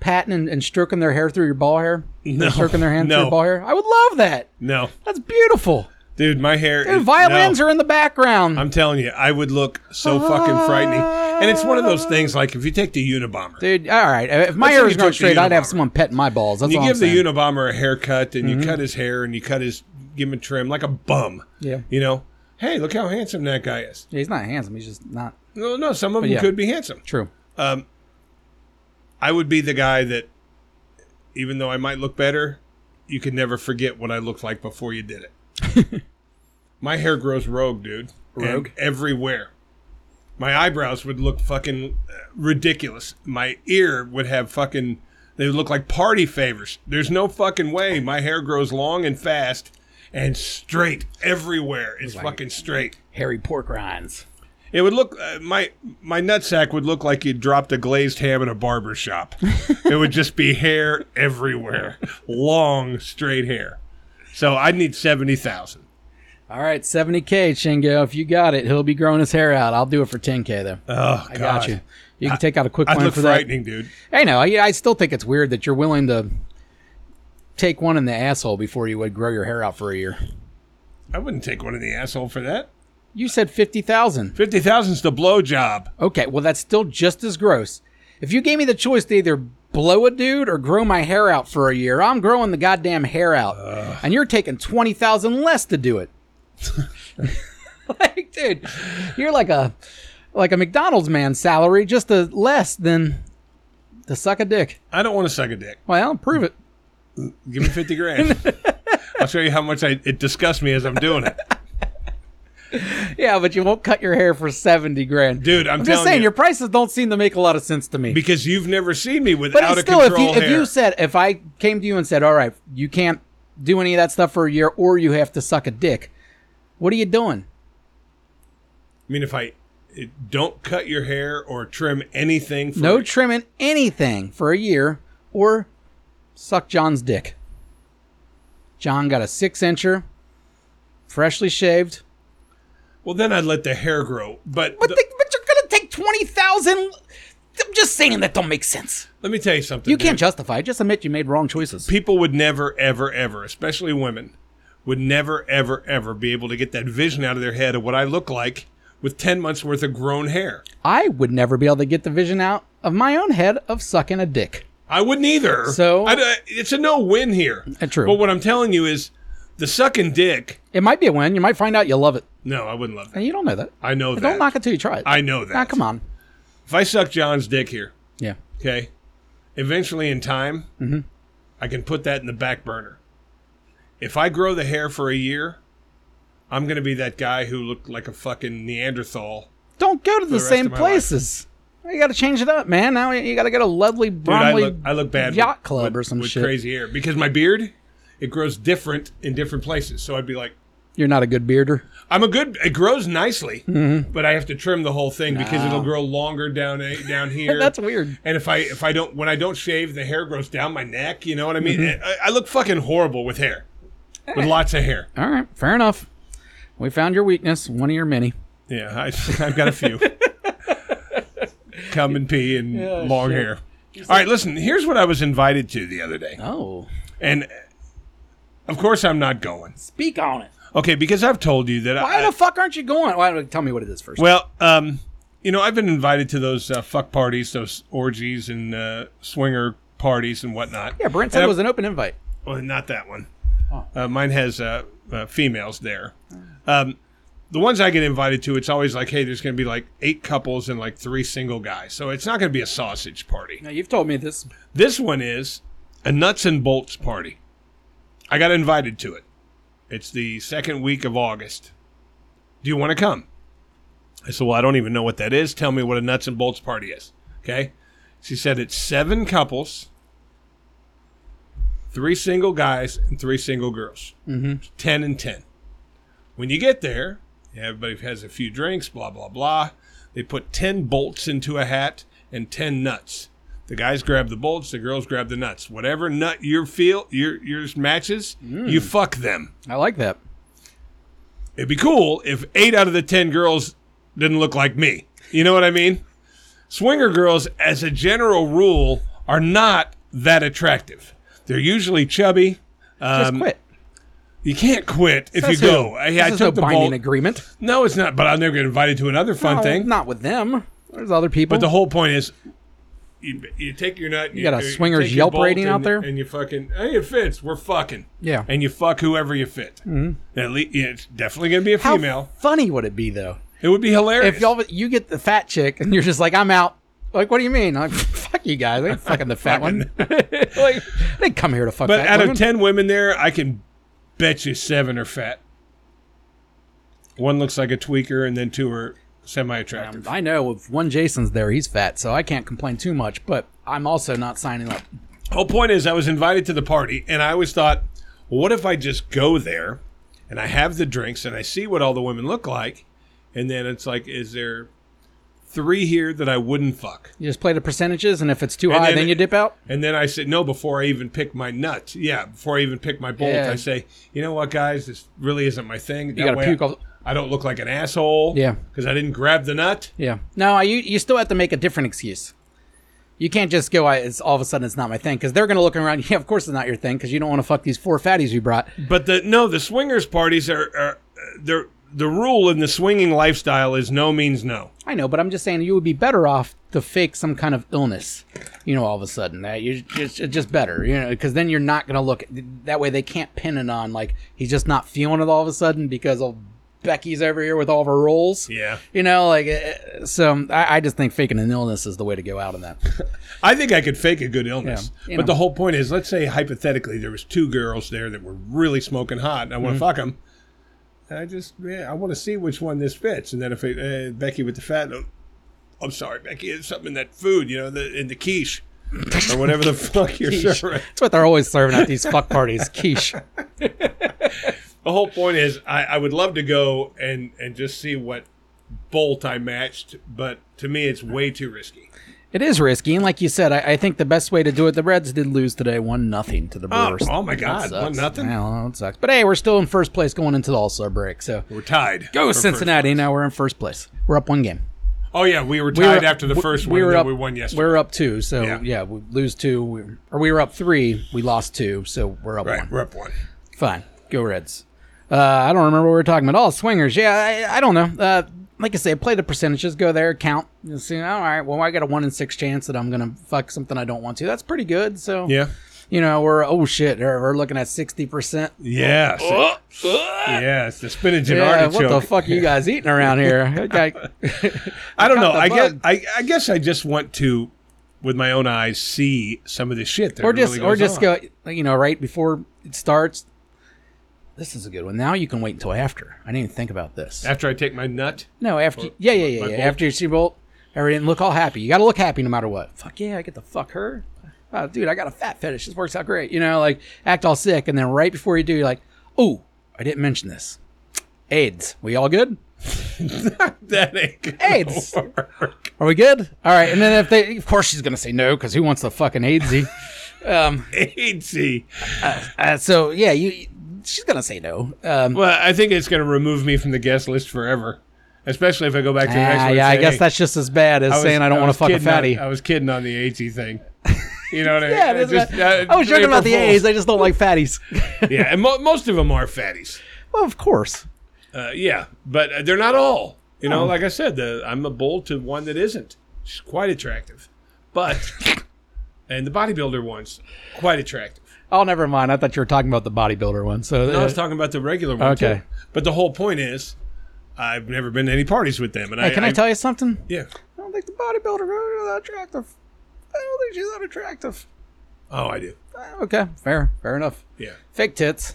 patting and, and stroking their hair through your ball hair. No. Stroking their hand through No. your ball hair. I would love that. No. That's beautiful. Dude, my hair. And violins are in the background. I'm telling you, I would look so fucking frightening. And it's one of those things like if you take the Unabomber, Dude, all right. If my Let's hair say was growing you took the straight, I'd have Unabomber. someone petting my balls. That's you all give I'm the saying. Mm-hmm. Unabomber a haircut and you cut his hair and you cut his, give him a trim like a bum. Yeah. You know, hey, look how handsome that guy is. Yeah, he's not handsome. He's just not No, no, some of them yeah. could be handsome. true. Um, I would be the guy that, even though I might look better, you could never forget what I looked like before you did it. My hair grows rogue, dude. And Rogue? everywhere. My eyebrows would look fucking uh, ridiculous. My ear would have fucking. They would look like party favors. There's no fucking way my hair grows long and fast and straight everywhere. It's fucking straight. Hairy pork rinds. It would look uh, my my nutsack would look like you dropped a glazed ham in a barber shop. it would just be hair everywhere, long straight hair. So I'd need seventy thousand. All right, 70K, Shingo. If you got it, he'll be growing his hair out. I'll do it for 10K, though. Oh, Uh, I got you. You can take out a quick I'd plan look for that. frightening, dude. I know. I, I still think it's weird that you're willing to take one in the asshole before you would grow your hair out for a year. I wouldn't take one in the asshole for that. You said 50,000. Fifty thousand's the blowjob. Okay, well, that's still just as gross. If you gave me the choice to either blow a dude or grow my hair out for a year, I'm growing the goddamn hair out. And you're taking 20,000 less to do it. like, dude, you're like a like a McDonald's man salary, just a less than to suck a dick. I don't want to suck a dick. Well, prove it. Give me fifty grand. I'll show you how much I, it disgusts me as I'm doing it. yeah, but you won't cut your hair for seventy grand, Dude, I'm just telling saying you. your prices don't seem to make a lot of sense to me. because you've never seen me but without it's a still, if you control if hair. you said if I came to you and said, "All right, you can't do any of that stuff for a year, or you have to suck a dick," what are you doing? I mean, if I it- don't cut your hair or trim anything, for No trimming anything for a year, or suck John's dick. John got a six incher, freshly shaved. well, then I'd let the hair grow. But, But, the- they, but you're gonna take twenty thousand. I'm just saying that don't make sense. let me tell you something. You dude. can't justify. it. Just admit you made wrong choices. people would never, ever, ever, especially women, would never, ever, ever be able to get that vision out of their head of what I look like with 10 months worth of grown hair. I would never be able to get the vision out of my own head of sucking a dick. I wouldn't either. So- I'd- I- it's a no win here. Uh, true. But what I'm telling you is the sucking dick. It might be a win. You might find out you love it, No, I wouldn't love that. and you don't know that. I know But that. Don't knock it till you try it. I know that. Ah, come on. If I suck John's dick here, Yeah. okay, eventually in time, Mm-hmm. I can put that in the back burner. If I grow the hair for a year, I'm going to be that guy who looked like a fucking Neanderthal Don't go to the, rest same of my life. places. You got to change it up, man. Now you- you got to go to Ludley Dude, I Bromley look, I look bad. Yacht with- Club with- or some with shit. crazy hair because my beard, it grows different in different places. So I'd be like, You're not a good bearder. I'm a good. It grows nicely, Mm-hmm. but I have to trim the whole thing because it'll grow longer down a- down here. That's weird. And if I if I don't when I don't shave, the hair grows down my neck. You know what I mean? I, I look fucking horrible with hair, with lots of hair. All right, fair enough. We found your weakness, one of your many. Yeah, I, I've got a few. Come and pee and long hair. All right, listen. Here's what I was invited to the other day, Oh, and of course I'm not going. speak on it. Okay, because I've told you that. Why I, the fuck aren't you going? Why, tell me what it is first. well, um, you know, I've been invited to those uh, fuck parties, those orgies and uh, swinger parties and whatnot. yeah, Brent said And it I- was an open invite. Well, not that one. Uh, mine has uh, uh, females there. Um, the ones I get invited to, it's always like, hey, there's going to be like eight couples and like three single guys. So it's not going to be a sausage party. Now you've told me this. This one is a nuts and bolts party. I got invited to it. It's the second week of August. Do you want to come? I said, Well, I don't even know what that is. Tell me what a nuts and bolts party is. Okay. She said it's seven couples, three single guys, and three single girls. Mm-hmm. 10 and 10. When you get there, everybody has a few drinks, blah, blah, blah. They put 10 bolts into a hat and 10 nuts. The guys grab the bolts, the girls grab the nuts. Whatever nut your feel your yours matches, Mm. you fuck them. I like that. It'd be cool if eight out of the ten girls didn't look like me. You know what I mean? Swinger girls, as a general rule, are not that attractive. They're usually chubby. Just Um, quit. You can't quit if Says you who? go. I, this I is took no the binding bolt. agreement. no, it's not. But I'll never get invited to another fun No, thing. Not with them. There's other people. But the whole point is, you, you take your nut. You, got a you swingers take your Yelp bolt rating and- out there? and you fucking. Hey, it fits. We're fucking. Yeah. And you fuck whoever you fit. Mm-hmm. At least it's definitely gonna be a How female. funny would it be though? It would be hilarious. If y'all you get the fat chick and you're just like, I'm out. Like, what do you mean? Like, fuck you guys. I ain't fucking the fat one. like, I didn't come here to fuck But fat Uh, out women. of ten women there, I can bet you seven are fat. One looks like a tweaker, and then two are semi-attractive. I know if one Jason's there, he's fat, so I can't complain too much. But I'm also not signing up. Whole point is, I was invited to the party, and I always thought, well, what if I just go there, and I have the drinks, and I see what all the women look like, and then it's like, is there three here that I wouldn't fuck? You just play the percentages, and if it's too high, then then, it- you dip out. And then I said, no, before I even pick my nut. Yeah, before I even pick my bolt, Yeah. I say, you know what, guys, this really isn't my thing. That gotta way puke I, all- I don't look like an asshole. Yeah. Because I didn't grab the nut. Yeah. No, I- you you still have to make a different excuse. You can't just go. I, it's all of a sudden it's not my thing because they're gonna look around. Yeah, of course it's not your thing because you don't want to fuck these four fatties you brought. But the no, the swingers parties are, are they're, the rule in the swinging lifestyle is no means no. I know, but I'm just saying you would be better off to fake some kind of illness. You know, all of a sudden, that you just it's just better. You know, because then you're not gonna look. That way they can't pin it on like he's just not feeling it all of a sudden because of Becky's over here with all of her rolls. Yeah. You know, like uh, so. I, I just think faking an illness is the way to go out on that. I think I could fake a good illness. Yeah, you but know. the whole point is, Mm-hmm. let's say hypothetically there was two girls there that were really smoking hot and I want to fuck 'em. fuck them. I just, yeah, I want to see which one this fits. And then if it, uh, Becky with the fat, oh, I'm sorry, Becky, it's something in that food, you know, the, in the quiche or whatever the fuck you're Quiche. serving. That's what they're always serving at these fuck parties. Quiche. The whole point is, I, I would love to go and and just see what bolt I matched, but to me, it's way too risky. It is risky, and like you said, I, I think the best way to do it. The Reds did lose today, one nothing to the Oh, Brewers. oh my God, sucks. one nothing. Well, it sucks. But hey, we're still in first place going into the All Star break. So We're tied. go for Cincinnati. first place. Now we're in first place. We're up one game. Oh yeah, we were We tied were- after the we- first we one. were that up- we won yesterday. We're up two. So Yeah. yeah, we lose two, we, or we were up three. We lost two. So we're up right, one. we're up one. Fine. Go Reds. Uh, I don't remember what we were talking about. All swingers. Yeah, I, I don't know. Uh, like I say, play the percentages. Go there, count. You see, all right. Well, I got a one in six chance that I'm gonna fuck something I don't want to. That's pretty good. So Yeah. you know, we're oh shit, we're we're looking at sixty percent. Yes. yes. The spinach and Oh, Yeah, artichoke. what the fuck are you guys eating around here? Okay. I don't know. the I guess bug. I, I guess I just want to, with my own eyes, see some of the shit. That or just really or goes just on. go you know right before it starts this is a good one now you can wait until after i didn't even think about this after I take my nut. no after yeah yeah yeah, my yeah. bolt? after your sea bolt everything look all happy you gotta look happy no matter what fuck yeah i get to fuck her oh, dude i got a fat fetish this works out great you know like act all sick and then right before you do you're like oh i didn't mention this aids we all good That ain't gonna AIDS. work. are we good all right and then if they of course she's gonna say no because who wants the fucking aidsy um AIDSy. uh, so yeah you she's gonna say no um Well, I think it's going to remove me from the guest list forever, especially if I go back to the next Ah, one. and yeah, I say, guess hey, that's just as bad as I was- saying I don't want was to fuck a kidding on- fatty. I was kidding on the AIDSy thing. You know what I mean? yeah, I that's just- right. uh, I was joking about the April A's. Fools. I just don't like fatties. yeah, and mo- most of them are fatties. well, of course. Uh, yeah, but uh, they're not all. You Oh. know, like I said, the, I'm a bull to one that isn't. She's quite attractive, but and the bodybuilder one's quite attractive. Oh, never mind. I thought you were talking about the bodybuilder one. So No, I uh, was talking about the regular one. Okay. too. but the whole point is, I've never been to any parties with them, and hey, can I, tell you something? Yeah. I don't think the bodybuilder is attractive. I don't think she's that attractive. Oh, I do. Uh, okay, fair, fair enough. Yeah. Fake tits.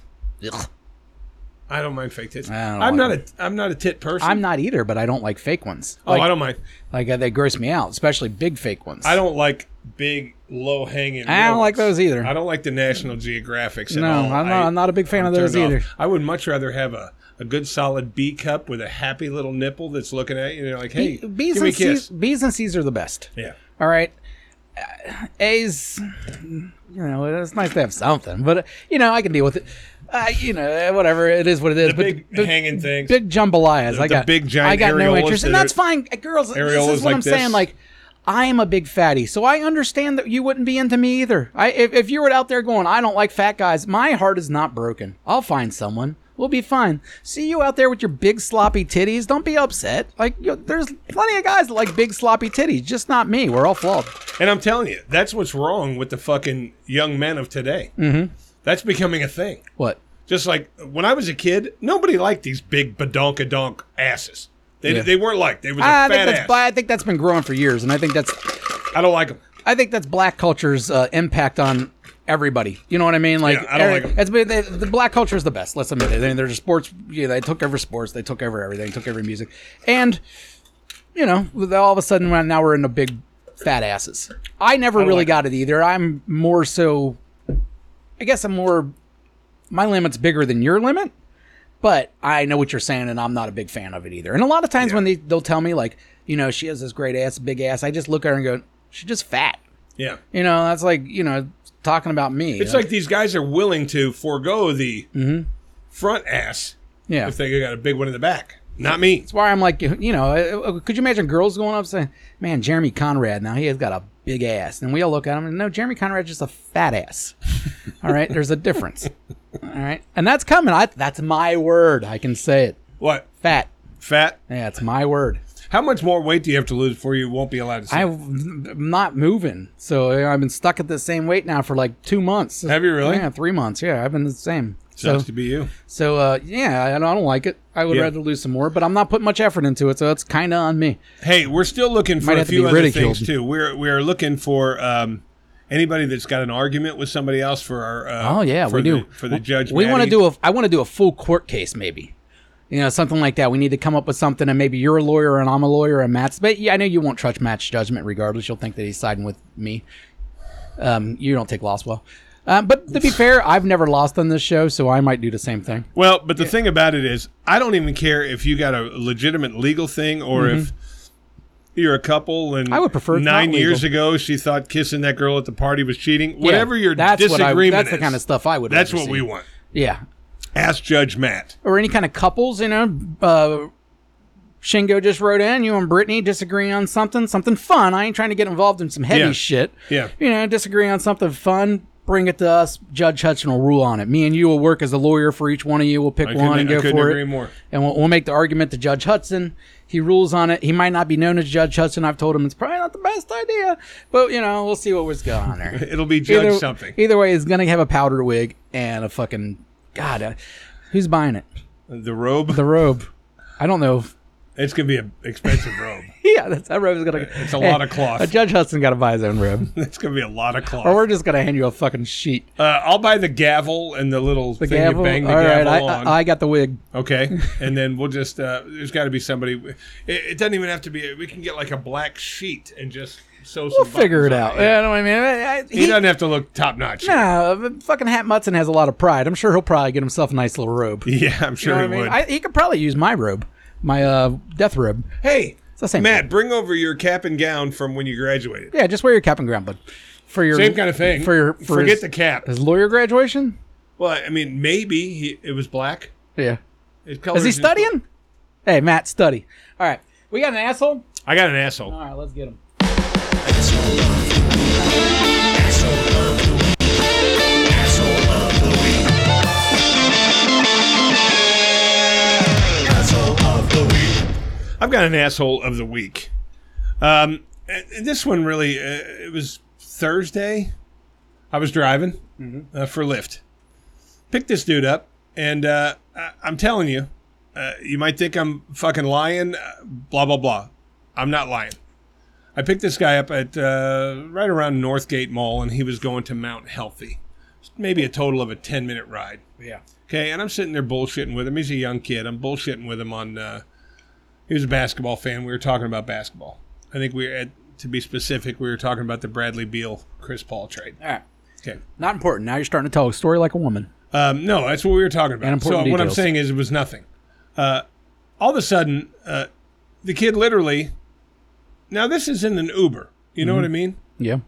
I don't mind fake tits. I don't like I'm not a I'm not a tit person. I'm not either, but I don't like fake ones. oh, Like, I don't mind. like uh, they gross me out, especially big fake ones. I don't like big low hanging. I don't like those either. I don't like the National Geographics. No, I'm not, I'm not a big fan of those either. I would much rather have a, a good solid B cup with a happy little nipple that's looking at you. and You're like, hey, Bee- B's give me a and C's, kiss. B's and C's are the best. Yeah. All right. Uh, A's, you know, it's nice to have something, but, uh, you know, I can deal with it. Uh, you know, whatever. It is what it is. The but big but hanging things. big jambalayas. I the got big giant I got no areolas interest, and that that's are- fine. Uh, Girls, this areolas is what like I'm this. saying. Like, I am a big fatty, so I understand that you wouldn't be into me either. I, if, if you were out there going, I don't like fat guys, my heart is not broken. I'll find someone. We'll be fine. See you out there with your big sloppy titties. Don't be upset. Like, you there's plenty of guys that like big sloppy titties, just not me. We're all flawed. And I'm telling you, that's what's wrong with the fucking young men of today. Mm-hmm. That's becoming a thing. What? Just like when I was a kid, nobody liked these big badonkadonk asses. They, Yeah. they weren't liked. They was a I fat think that's ass. bi- I think that's been growing for years, and I think that's I don't like them. I think that's black culture's uh, impact on everybody. You know what I mean? Like, Yeah, I don't every- like 'em. it's been- the, the black culture is the best. Let's admit it. I mean, they're just sports. You know, they took over sports. They took over everything. Took over music, and you know, with- all of a sudden right now we're into big fat asses. I never really like got it either. I'm more so. I guess I'm more. My limit's bigger than your limit, but I know what you're saying, and I'm not a big fan of it either. And a lot of times when they they'll tell me like, you know, she has this great ass, big ass, I just look at her and go, she's just fat. Yeah. You know, that's like, you know, talking about me. It's like these guys are willing to forego the Mm-hmm. front ass yeah. if they got a big one in the back. Not me. that's why I'm like, you know, uh, uh, could you imagine girls going up saying, man, Jeremy Conrad, now he has got a big ass. And we all look at him and no, Jeremy Conrad's just a fat ass. all right. There's a difference. All right. And that's coming. I, that's my word. I can say it. What? Fat. Fat? Yeah, it's my word. How much more weight do you have to lose before you won't be allowed to see? I'm not moving. So you know, I've been stuck at the same weight now for like two months. Have you really? Yeah, three months. Yeah, I've been the same. Sucks so, to be you. So uh, yeah, I don't, I don't like it. I would Yeah. rather lose some more, but I'm not putting much effort into it, so that's kind of on me. Hey, we're still looking for Might a have to few be other ridiculed. things too. We're we're looking for um, anybody that's got an argument with somebody else for our. Uh, Oh yeah, for we the, do for the judge. We want to Maddie. do a. I want to do a full court case, maybe. you know, something like that. We need to come up with something, and maybe you're a lawyer and I'm a lawyer and Matt's. But yeah, I know you won't trust Matt's judgment regardless. You'll think that he's siding with me. Um, you don't take loss well. Um, but to be fair, I've never lost on this show, so I might do the same thing. Well, but the thing about it is, I don't even care if you got a legitimate legal thing or if you're a couple and Mm-hmm. I would prefer it's nine not years ago she thought kissing that girl at the party was cheating. Yeah, Whatever your that's what I- disagreement that's the is, kind of stuff I would. That's rather what see. we want. Yeah, Ask Judge Matt. or any kind of couples, you know. Uh, Shingo just wrote in, you and Brittany disagree on something, something fun. I ain't trying to get involved in some heavy Yeah. shit. Yeah. You know, disagree on something fun, bring it to us. Judge Hudson will rule on it. Me and you will work as a lawyer for each one of you. We'll pick I one and couldn't, go I couldn't for agree it. more. And we'll, we'll make the argument to Judge Hudson. He rules on it. He might not be known as Judge Hudson. I've told him it's probably not the best idea, but, you know, we'll see what was going on there. It'll be Judge either, something. Either way, he's going to have a powder wig and a fucking. God, uh, who's buying it? The robe. the robe. I don't know. If, it's gonna be an expensive robe. yeah, that's, that robe is gonna. It's a lot of Uh, cloth. Judge Hudson got to buy his own robe, It's gonna be a lot of cloth. or we're just gonna hand you a fucking sheet. Uh, I'll buy the gavel and the little The thing gavel. you bang the All right, gavel I, on. I, I got the wig. okay, and then we'll just uh, there's got to be somebody. It, it doesn't even have to be. We can get like a black sheet and just sew some. We'll figure it buttons on out. Yeah, I know what I mean. I, I, He, he, doesn't have to look top notch. nah, but fucking Hat Mutson has a lot of pride. I'm sure he'll probably get himself a nice little robe. You Yeah, I'm sure know what I he mean? would. I, he could probably use my robe, my uh, death robe. hey, the same Matt, thing. bring over your cap and gown from when you graduated. Yeah, just wear your cap and ground, bud. For your Same kind of thing. For your for Forget his, the cap. his lawyer graduation. Well, I mean, maybe he, it was black. Yeah. His Is colors he just- studying? Hey, Matt, study. All right. We got an asshole. I got an asshole. All right, let's get him. I've got an asshole of the week. Um, and- and this one really, uh, it was Thursday. I was driving uh, for Lyft. Picked this dude up, and uh, I- I'm telling you, uh, you might think I'm fucking lying, uh, blah, blah, blah. I'm not lying. I picked this guy up at uh, right around Northgate Mall, and he was going to Mount Healthy. Maybe a total of a 10 minute ride. Yeah. Okay, and I'm sitting there bullshitting with him. He's a young kid. I'm bullshitting with him on. Uh, he was a basketball fan. We were talking about basketball. I think we, at, to be specific, we were talking about the Bradley Beal Chris Paul trade. All right. Okay. Not important. Now you're starting to tell a story like a woman. Um, no, that's what we were talking about. And important so what I'm details. saying is it was nothing. Uh, all of a sudden, uh, the kid literally. Now this is in an Uber. You Mm-hmm. know what I mean? Yeah.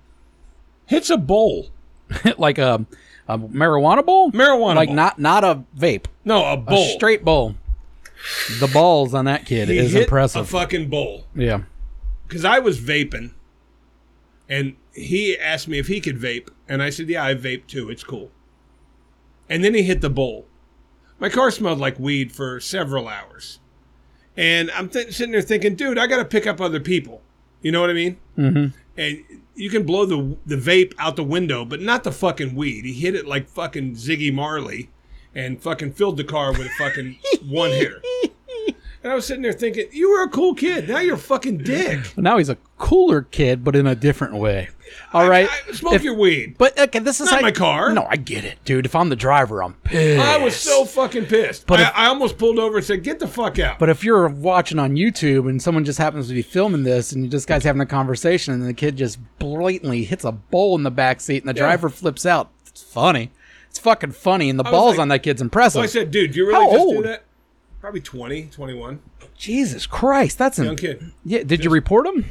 Hits a bowl, like a, a marijuana bowl? marijuana. like bowl. not not a vape. no a bowl. Straight bowl. The balls on that kid He is hit A impressive. fucking bowl. yeah. because I was vaping, and he asked me if he could vape, and I said, "Yeah, I vape too. It's cool." And then he hit the bowl. My car smelled like weed for several hours, and I'm th- sitting there thinking, "Dude, I got to pick up other people." You know what I mean? Mm-hmm. And you can blow the the vape out the window, but not the fucking weed. He hit it like fucking Ziggy Marley, and fucking filled the car with a fucking one hitter. And I was sitting there thinking, "You were a cool kid. Now you're a fucking dick." But now he's a cooler kid, but in a different way. All right. I, smoke your weed. but okay, this is Not how- my car. No, I get it, dude. If I'm the driver, I'm pissed. I was so fucking pissed. But I, if- I almost pulled over and said, "Get the fuck out!" But if you're watching on YouTube and someone just happens to be filming this and this guy's having a conversation and the kid just blatantly hits a bowl in the back seat and the driver flips out, it's funny. It's fucking funny and the balls like- on that kid's impressive. I said, "Dude, you really How just do old? that?" Probably 20, 21. Jesus Christ, that's Young an, kid. yeah. Did you report him?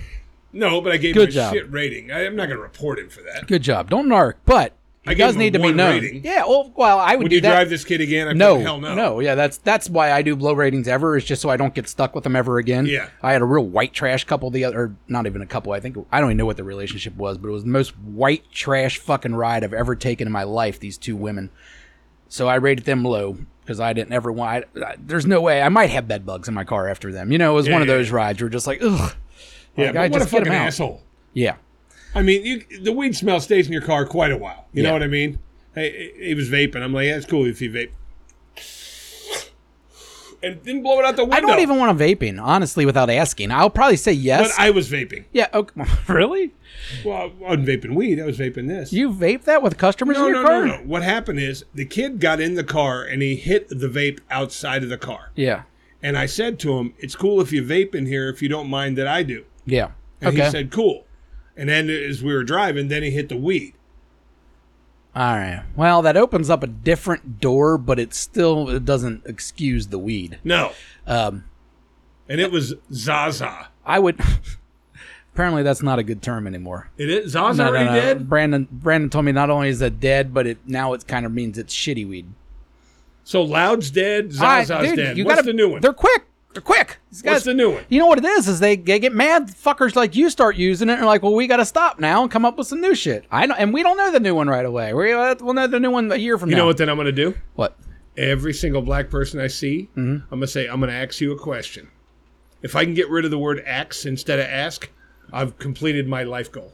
No, but I gave Good him a job. shit rating. I, am not going to report him for that. Good job. Don't narc, but I it gave does him need to a be one known. rating. Yeah. Well, well, I would Would do you that. drive this kid again? I no, fucking hell no. yeah, that's that's why I do blow ratings ever. It's just so I don't get stuck with them ever again. Yeah. I had a real white trash couple the other, or not even a couple. I think I don't even know what the relationship was, but it was the most white trash fucking ride I've ever taken in my life. These two women, so I rated them low because I didn't ever want. I, I- there's no way I might have bed bugs in my car after them. You know, it was one of yeah, those rides where just like, ugh, Yeah, Like, but I what just a get him fucking out. asshole. yeah. I mean, you, the weed smell stays in your car quite a while. You Yeah. know what I mean? Hey, he was vaping. I'm like, yeah, it's cool if you vape. And didn't blow it out the window. I don't even want to vaping honestly without asking. I'll probably say But yes. I was vaping. yeah. Okay. really? Well, I wasn't vaping weed. I was vaping this. You vape that with customers No, in your no, car? no, no. What happened is the kid got in the car and he hit the vape outside of the car. Yeah. And I said to him, "It's cool if you vape in here if you don't mind that I do." Yeah. And okay. he said, "Cool." And then as we were driving, then he hit the weed. All right. Well, that opens up a different door, but it still it doesn't excuse the weed. No, Um, and it was Zaza. I would. apparently, that's not a good term anymore. It is Zaza already dead. Brandon Brandon told me not only is it dead, but it now it kind of means it's shitty weed. So Loud's dead. I- Zaza's dude, dead. you What's gotta- the new one? They're quick. They're quick. These What's guys- the new one? You know what it is? Is they, they get mad. Fuckers like you start using it and are like, well, we got to stop now and come up with some new shit. I know, and we don't know the new one right away. We, uh, we'll know the new one a year from You now. know what? Then I'm gonna do. What? Every single black person I see, I'm Mm-hmm. gonna say, I'm gonna ask you a question. If I can get rid of the word ax instead of ask, I've completed my life goal.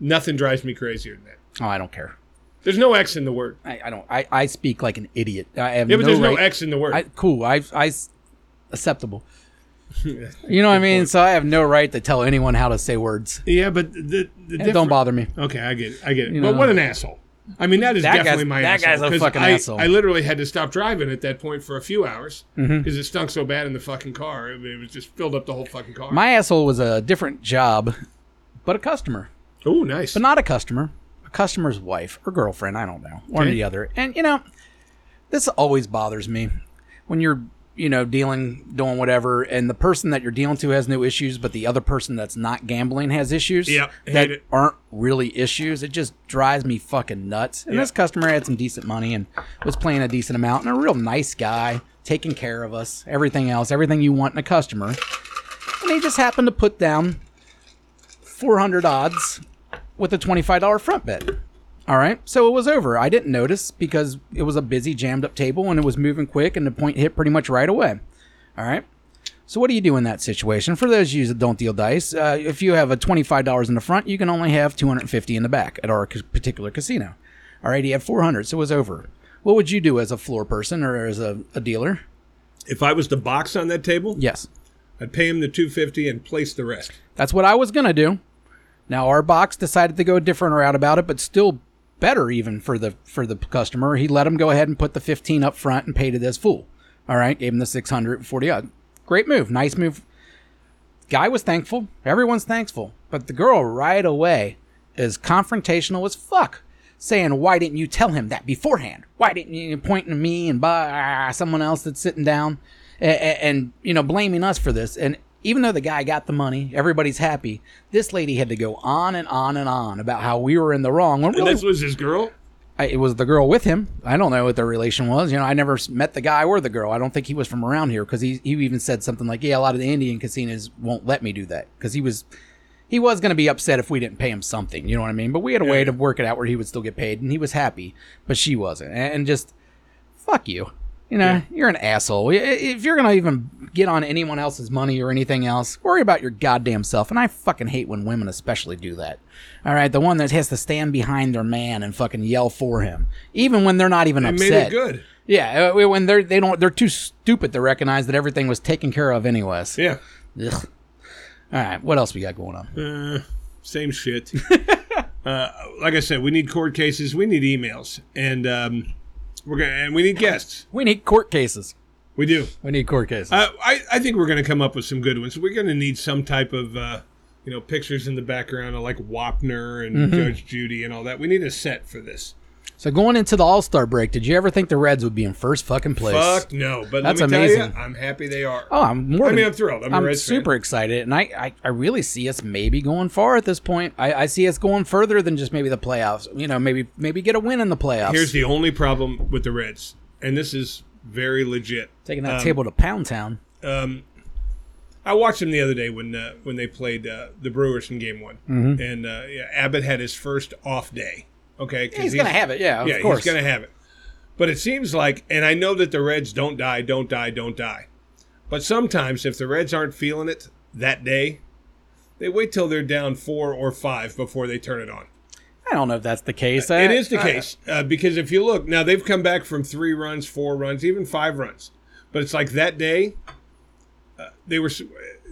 Nothing drives me crazier than that. Oh, I don't care. There's no x in the word. I, I don't. I, I speak like an idiot. I have Yeah, but no there's right. no x in the word. I, cool. I, I s- acceptable. you know what I mean? So I have no right to tell anyone how to say words. yeah, but the, the It don't bother me. Okay, I get it. I get it. You but know. what an asshole. I mean, that is That definitely guy's- my that asshole, guy's a 'cause fucking I, asshole. I literally had to stop driving at that point for a few hours because Mm-hmm. it stunk so bad in the fucking car. I mean, it was just filled up the whole fucking car. My asshole was a different job, but a customer. oh, nice. but not a customer, a customer's wife or girlfriend, I don't know, one or Okay. the other. And you know, this always bothers me when you're, you know, dealing, doing whatever, and the person that you're dealing to has no issues, but the other person that's not gambling has issues Yep, hate that it. aren't really issues. It just drives me fucking nuts. And this Yeah. customer had some decent money and was playing a decent amount, and a real nice guy, taking care of us, everything else, everything you want in a customer. And he just happened to put down 400 odds with a $25 front bet. All right. So it was over. I didn't notice because it was a busy, jammed up table and it was moving quick and the point hit pretty much right away. All right. So what do you do in that situation? For those of you that don't deal dice, uh, if you have a twenty-five dollars in the front, you can only have two hundred fifty in the back at our c- particular casino. All right, he had four hundred, so it was over. What would you do as a floor person or as a, a dealer? if I was to box on that table, Yes, I'd pay him the 250 and place the rest. That's what I was gonna do. Now our box decided to go a different route about it, but still better even for the for the customer. He let him go ahead and put the fifteen up front and paid it as full. All right, gave him the six hundred forty odd. Great move, nice move. Guy was thankful. Everyone's thankful, but the girl right away is confrontational as fuck, saying, "Why didn't you tell him that beforehand? Why didn't you pointing to me and by someone else that's sitting down, and, and you know blaming us for this?" And even though the guy got the money, everybody's happy. This lady had to go on and on and on about how we were in the wrong. When And really, this was his girl. I, it was the girl with him. I don't know what their relation was. You know, I never s- met the guy or the girl. I don't think he was from around here because he he even said something like, "Yeah, a lot of the Indian casinos won't let me do that because he was." He was going to be upset if we didn't pay him something, you know what I mean? But we had a way to work it out where he would still get paid, and he was happy, but she wasn't. And and just fuck you, you know, you're an asshole. I- i- If you're gonna even get on anyone else's money or anything else, worry about your goddamn self. And I fucking hate when women especially do that. All right, the one that has to stand behind their man and fucking yell for him, even when they're not even I upset. made it good. Yeah, uh, when they're they don't they're too stupid to recognize that everything was taken care of anyways. Yeah. Ugh. All right, what else we got going on? Same shit. uh, like I said, we need court cases. We need emails, and um, we're gonna and we need guests. We need court cases. We do. We need court cases. Uh, I I think we're gonna come up with some good ones. We're gonna need some type of uh, you know pictures in the background of like Wapner and Mm-hmm. Judge Judy and all that. We need a set for this. so going into the All Star break, did you ever think the Reds would be in first fucking place? Fuck no, but That's let me tell amazing. you, I'm happy they are. Oh, I'm more. I mean, than- I'm thrilled. I'm a I'm Reds fan. super excited, and I, I, I really see us maybe going far at this point. I, I see us going further than just maybe the playoffs. You know, maybe maybe get a win in the playoffs. Here's the only problem with the Reds, and this is very legit. taking that table to Pound Town. um, I watched them the other day when uh, when they played uh, the Brewers in Game One, and uh, yeah, Abbott had his first off day. Okay, 'cause He's, gonna have it, yeah, of yeah, course. he's gonna have it. But it seems like, and I know that the Reds don't die, don't die, don't die. But sometimes, if the Reds aren't feeling it that day, they wait till they're down four or five before they turn it on. I don't know if that's the case. It is the case uh, because if you look now, they've come back from three runs, four runs, even five runs. But it's like that day, uh, they were s-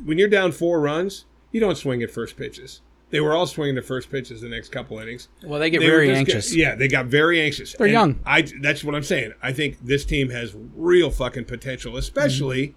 when you're down four runs, you don't swing at first pitches. They were all swinging at first pitches the next couple innings. Well, they get They were very just get- anxious. yeah, they got very anxious. They're young. I that's what I'm saying. I think this team has real fucking potential, especially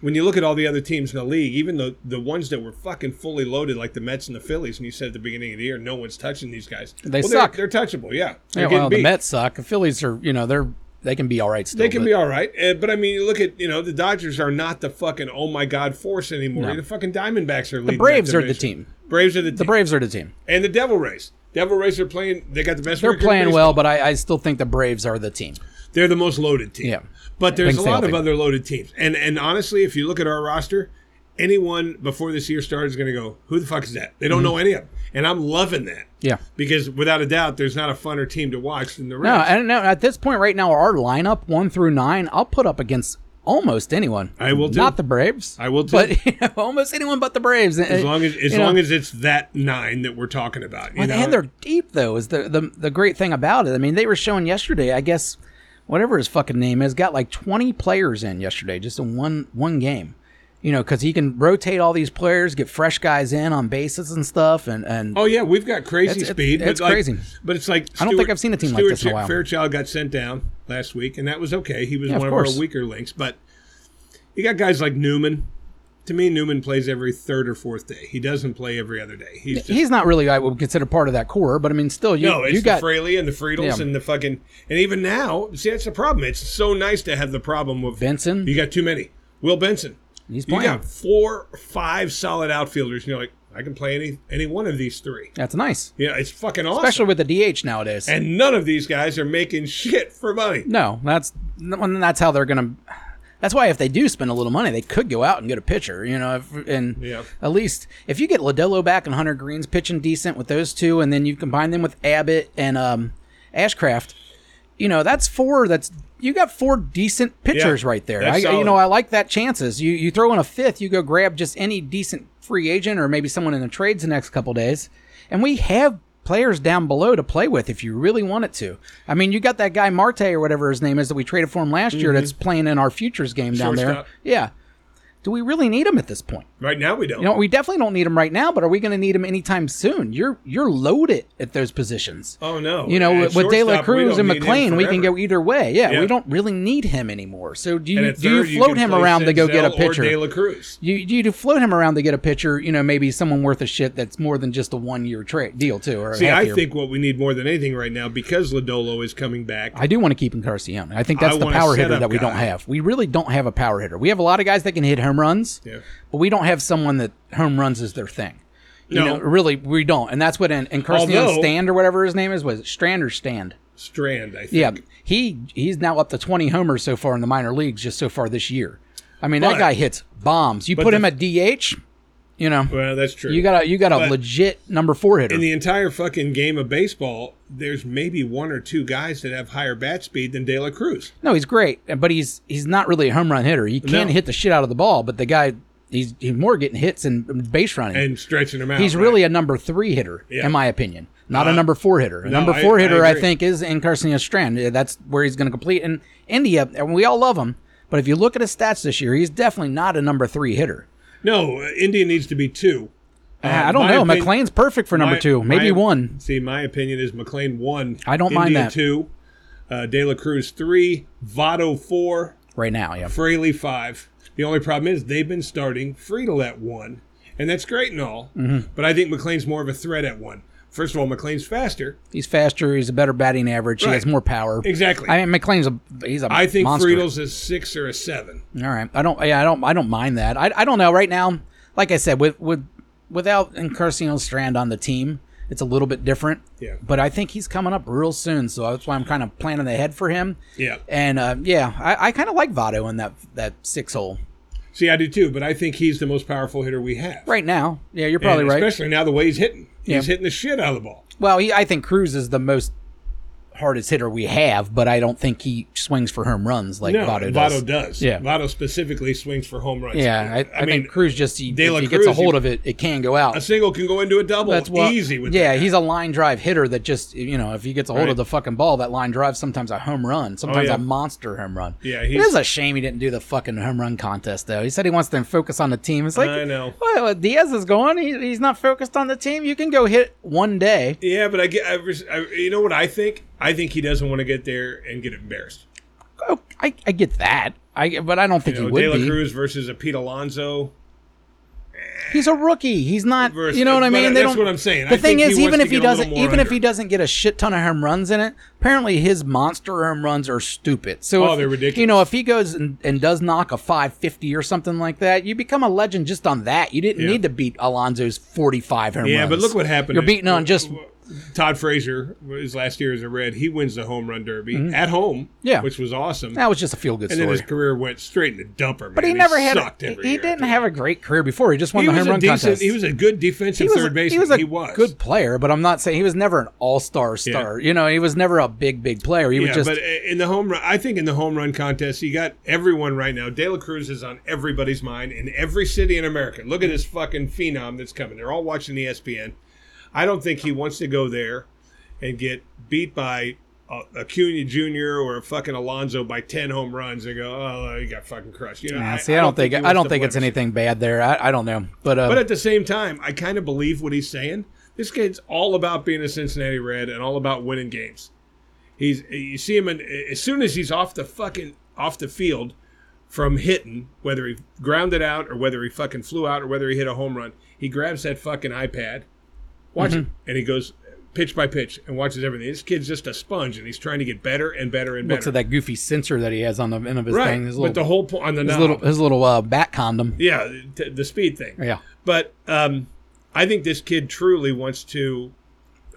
when you look at all the other teams in the league, even the the ones that were fucking fully loaded, like the Mets and the Phillies, and you said at the beginning of the year, no one's touching these guys. They well, suck. They're, they're touchable. Yeah. They're Yeah, getting well, the beat. Mets suck. The Phillies are, you know, they're they can be all right still. They can but- be all right, uh, but I mean, you look at you know the Dodgers are not the fucking oh my god force anymore. The fucking Diamondbacks are leading. that Braves are the division. team. Braves are the, The team, Braves are the team. and the Devil Rays. Devil Rays are playing. They got the best. They're record in playing baseball. well, but I, I still think the Braves are the team. They're the most loaded team. Yeah. But there's Thanks a to lot of healthy. other loaded teams. And and honestly, if you look at our roster, anyone before this year started is going to go, who the fuck is that? They don't know any of them. And I'm loving that. Mm-hmm. Yeah. Because without a doubt, there's not a funner team to watch than the No, Reds. and no, at this point right now, our lineup one through nine, I'll put up against almost anyone. I will, too. Not the Braves. I will, too. But you know, almost anyone but the Braves. as long as as long as it's that nine that we're talking about. You know? and they're deep though is the, the the great thing about it. I mean, they were showing yesterday. I guess whatever his fucking name is, got like twenty players in yesterday just in one one game. You know, because he can rotate all these players, get fresh guys in on bases and stuff, and and Oh yeah, we've got crazy It's- it's- speed. it's but like- crazy. but it's like I don't think Stuart- I've seen a team like Stuart this in a while. Fairchild got sent down last week, and that was okay. He was Yeah, of one of, course. our weaker links, but you got guys like Newman. To me, Newman plays every third or fourth day. He doesn't play every other day. He's just he's not really I would consider part of that core, but I mean, still, you no, it's you the got Fraley and the Friedels Yeah. and the fucking and even now, see that's the problem. It's so nice to have the problem with Benson. You got too many. Will Benson. He's You playing. got four, five solid outfielders, and you're like, I can play any any one of these three. That's nice, Yeah, it's fucking awesome. especially with the DH nowadays. and none of these guys are making shit for money. no, that's and that's how they're gonna. That's why if they do spend a little money, they could go out and get a pitcher. You know, if, and Yeah. at least if you get Ladello back and Hunter Green's pitching decent with those two, and then you combine them with Abbott and um, Ashcraft, you know that's four. That's you got four decent pitchers Yeah, right there. I, that's you solid. know, I like that chances. You you throw in a fifth, you go grab just any decent free agent or maybe someone in the trades the next couple days, and we have players down below to play with if you really wanted to. I mean, you got that guy Marte or whatever his name is that we traded for him last year that's playing in our futures game down there. Mm-hmm. Shortstop. Yeah. Do we really need him at this point? Right now, we don't. You know, we definitely don't need him right now, but are we going to need him anytime soon? You're you're loaded at those positions. oh no. You know, At with, with De La shortstop, we Cruz don't and need him McLean, we can forever. go either way. Yeah, Yeah. we don't really need him anymore. So do And you at do third, you float can him play around to go get a Senzel or pitcher? De La Cruz. you you do float him around to get a pitcher. You know, maybe someone worth a shit that's more than just a one year trade deal too. Or a See, half I year. think what we need more than anything right now, because Lodolo is coming back. I do want to keep Encarnacion. I think that's I the want a power hitter setup that we don't guy. have. We really don't have a power hitter. We have a lot of guys that can hit home runs, Yeah. but we don't have someone that home runs is their thing. You No. know, really, we don't. And that's what in Encarnacion Although- Stand or whatever his name is was it Strand or Stand. Strand, I think. Yeah, he he's now up to 20 homers so far in the minor leagues just so far this year. I mean, that But- guy hits bombs. You put the- him at DH, you know, Well, that's true. you got a you got a But- legit number four hitter. in the entire fucking game of baseball, there's maybe one or two guys that have higher bat speed than De La Cruz. No, he's great, but he's he's not really a home run hitter. He can No. hit the shit out of the ball, but the guy he's he's more getting hits and base running. And stretching them out. he's right? really a number three hitter, Yeah. Uh-huh. in my opinion, not a number four hitter. A number I- four I hitter, I, agree. think, is in Carson Strand. Yeah, That's where he's going to complete. And India, and we all love him, but if you look at his stats this year, he's definitely not a number three hitter. No, uh, India needs to be two. Uh, I don't my know. opinion- McLean's perfect for number My- two, maybe my- one. See, my opinion is McLean one. I don't mind India that. Two, uh, De La Cruz three, Votto four, Right now, yeah. Fraley five. The only problem is they've been starting Friedel at one, and that's great and all. Mm-hmm. But I think McLean's more of a threat at one. First of all, McLean's faster. He's faster. He's a better batting average. He Right. has more power. Exactly. I mean, McLean's a he's a I think monster. Friedel's a six or a seven. All right. I don't. Yeah. I don't. I don't mind that. I. I don't know. Right now, like I said, with with without Encarnacion Strand on the team, it's a little bit different. Yeah. But I think he's coming up real soon, so that's why I'm kind of planning ahead for him. Yeah. And uh, yeah, I, I kind of like Votto in that that six hole See, I do too, but I think he's the most powerful hitter we have. right now. Yeah, you're probably And right. Especially now the way he's hitting. He's Yeah. hitting the shit out of the ball. Well, he, I think Cruz is the most hardest hitter we have, but I don't think he swings for home runs like No, Votto Votto does. does. Yeah. Votto specifically swings for home runs. Yeah, I, I, mean, think Cruz just he, De La if he gets a Cruz, he- hold of it, it can go out. a single can go into a double. That's what, easy with yeah. that. He's a line drive hitter that just you know if he gets a hold of Right. Oh, the fucking ball, that line drive sometimes a home run, sometimes yeah. a monster home run. Yeah, it he's- is a shame he didn't do the fucking home run contest though. He said he wants to focus on the team. It's like I know. Well, Diaz is going. He, he's not focused on the team. You can go hit one day. Yeah, but I get. I, res- I, you know what I think? I think he doesn't want to get there and get embarrassed. Oh, I, I get that. I but I don't think You know, he would De La be. Cruz versus a Pete Alonso. He's a rookie. He's not. Versus- you know what I but mean? that's what I'm saying. The I thing think he is, wants even to if he get a little doesn't, more even if under. he doesn't get a shit ton of home runs in it, apparently his monster home runs are stupid. So Oh, if- they're ridiculous. You know, if he goes and, and does knock a 550 or something like that, you become a legend just on that. You didn't Yeah. need to beat Alonzo's 45 home Yeah, runs. but look what happened. You're to- uh, beating on just Todd Frazier his last year as a Red. He wins the home run derby at home. Mm-hmm. Yeah. which was awesome. that was just a feel good and then story. his career went straight in the dumper. Man. But he never had. sucked A, every he year. didn't have a great career before. He just won He the was home a run decent. contest. He was a good defensive he was, third he baseman. was a He was good player, but I'm not saying he was never an all star star. You know, he was never a big, big player. He was Yeah, just but in the home run, I think in the home run contest, you got everyone right now. De La Cruz is on everybody's mind in every city in America. Look at this fucking phenom that's coming. They're all watching E ESPN. I don't think he wants to go there and get beat by a Acuna Jr. or a fucking Alonzo by ten home runs and go, oh, you got fucking crushed. You know, Yeah, see, I, don't think, he I wants don't to think blame it's himself. anything bad there. I, I don't know, but, uh, But at the same time, I kind of believe what he's saying. This kid's all about being a Cincinnati Red and all about winning games. He's you see him in, as soon as he's off the fucking off the field from hitting, whether he grounded out or whether he fucking flew out or whether he hit a home run, he grabs that fucking iPad, watch Mm-hmm. it, and he goes pitch by pitch and watches everything. This kid's just a sponge and he's trying to get better and better and looks better. at that goofy sensor that he has on the end of his right, thing. His but the little, whole point on the his knob. little, his little uh, bat condom. Yeah, t- the speed thing. Yeah. But um, I think this kid truly wants to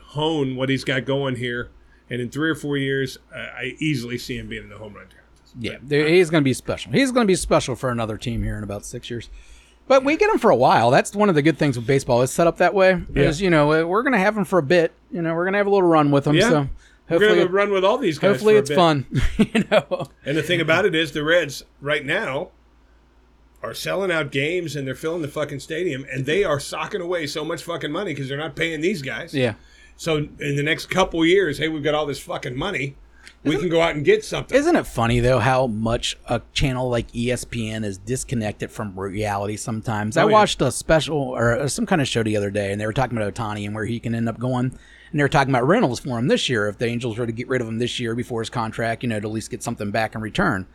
hone what he's got going here, and in three or four years, I I easily see him being in the home run contest. Yeah, there- he's going to be special. He's going to be special for another team here in about six years. But we get him for a while. That's one of the good things with baseball. It's set up that way. Is you know uh, we're going to have him for a bit. You know we're going to have a little run with him. Yeah. So We're going hopefully, to run with all these guys. hopefully for a it's bit. fun. you know. And the thing about it is, the Reds right now are selling out games and they're filling the fucking stadium, and they are socking away so much fucking money because they're not paying these guys. Yeah. So in the next couple years, hey, we've got all this fucking money. We can go out and get something. Isn't it funny though how much a channel like E ESPN is disconnected from reality sometimes? I Oh, yeah. watched a special or uh, some kind of show the other day, and they were talking about Otani and where he can end up going. And they were talking about Reynolds for him this year if the Angels were to get rid of him this year before his contract, you know, to at least get something back in return.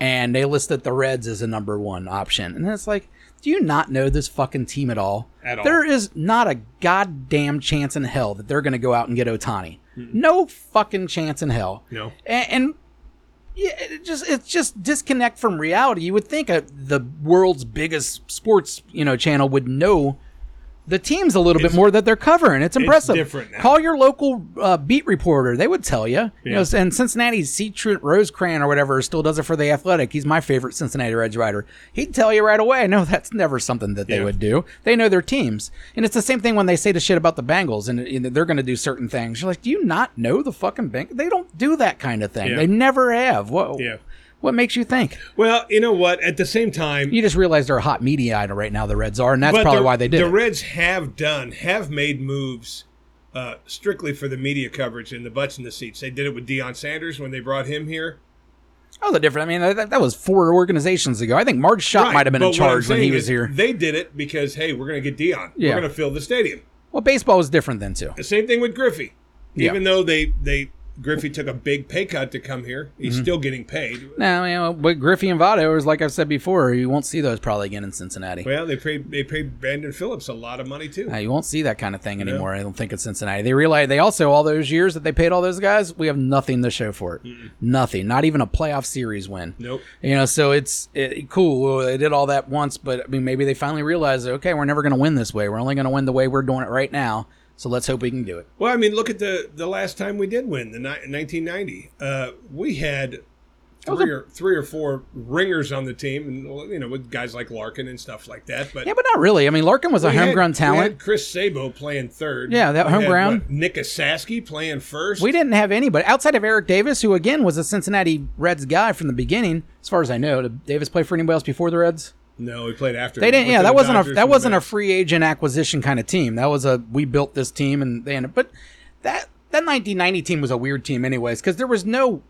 And they listed the Reds as a number one option, and it's like, do you not know this fucking team at all? At all. There is not a goddamn chance in hell that they're going to go out and get Otani. No fucking chance in hell. No. A- and yeah, it just it's just disconnect from reality. You would think uh the world's biggest sports you know channel would know the teams a little bit more that they're covering. It's impressive. different now. Call your local uh, beat reporter; they would tell you. You know, Yeah. and Cincinnati's C. Trent Rosecrans or whatever still does it for the Athletic. He's my favorite Cincinnati Reds writer. He'd tell you right away. No, that's never something that they Yeah. would do. They know their teams, and it's the same thing when they say the shit about the Bengals and, and they're going to do certain things. You're like, do you not know the fucking bank? They don't do that kind of thing. Yeah. They never have. What? Yeah. What makes you think? Well, you know what? At the same time, You just realize they're a hot media item right now. The Reds are, and that's probably the, why they did. The it. Reds have done, have made moves uh, strictly for the media coverage and the butts in the seats. They did it with Deion Sanders when they brought him here. Oh, the different. I mean, that, that was four organizations ago. I think Marge Schott Right, might have been but in what I'm charge when he saying was is here. They did it because hey, we're going to get Deion. Yeah. We're going to fill the stadium. Well, baseball was different then too. The same thing with Griffey. Yeah. Even though they they Griffey took a big pay cut to come here, he's Mm-hmm. still getting paid. No, you know, but Griffey and Votto is like I've said before. You won't see those probably again in Cincinnati. Well, they paid they paid Brandon Phillips a lot of money too. Uh, you won't see that kind of thing anymore. I don't think in Cincinnati. They realize they also all those years that they paid all those guys, we have nothing to show for it. Nothing. Not even a playoff series win. Nope. You know, so it's it, cool. well, They did all that once, but I mean, maybe they finally realized, okay, we're never going to win this way. We're only going to win the way we're doing it right now. So let's hope we can do it. Well, I mean, look at the the last time we did win the ni- 1990. Uh, we had was a- three or three or four ringers on the team, and well, you know, with guys like Larkin and stuff like that. But Yeah, but not really. I mean, Larkin was a we had- homegrown we talent. had Chris Sabo playing third. Yeah, that We home had, ground. what, Nick Asaski playing first. We didn't have anybody outside of Eric Davis, who again was a Cincinnati Reds guy from the beginning, as far as I know. Did Davis play for anybody else before the Reds? no, we played after. They didn't. with Yeah, the that wasn't a Dodgers that and wasn't the a free agent acquisition kind of team. That was a we built this team and they ended. But that that 1990 team was a weird team, anyways, because there was no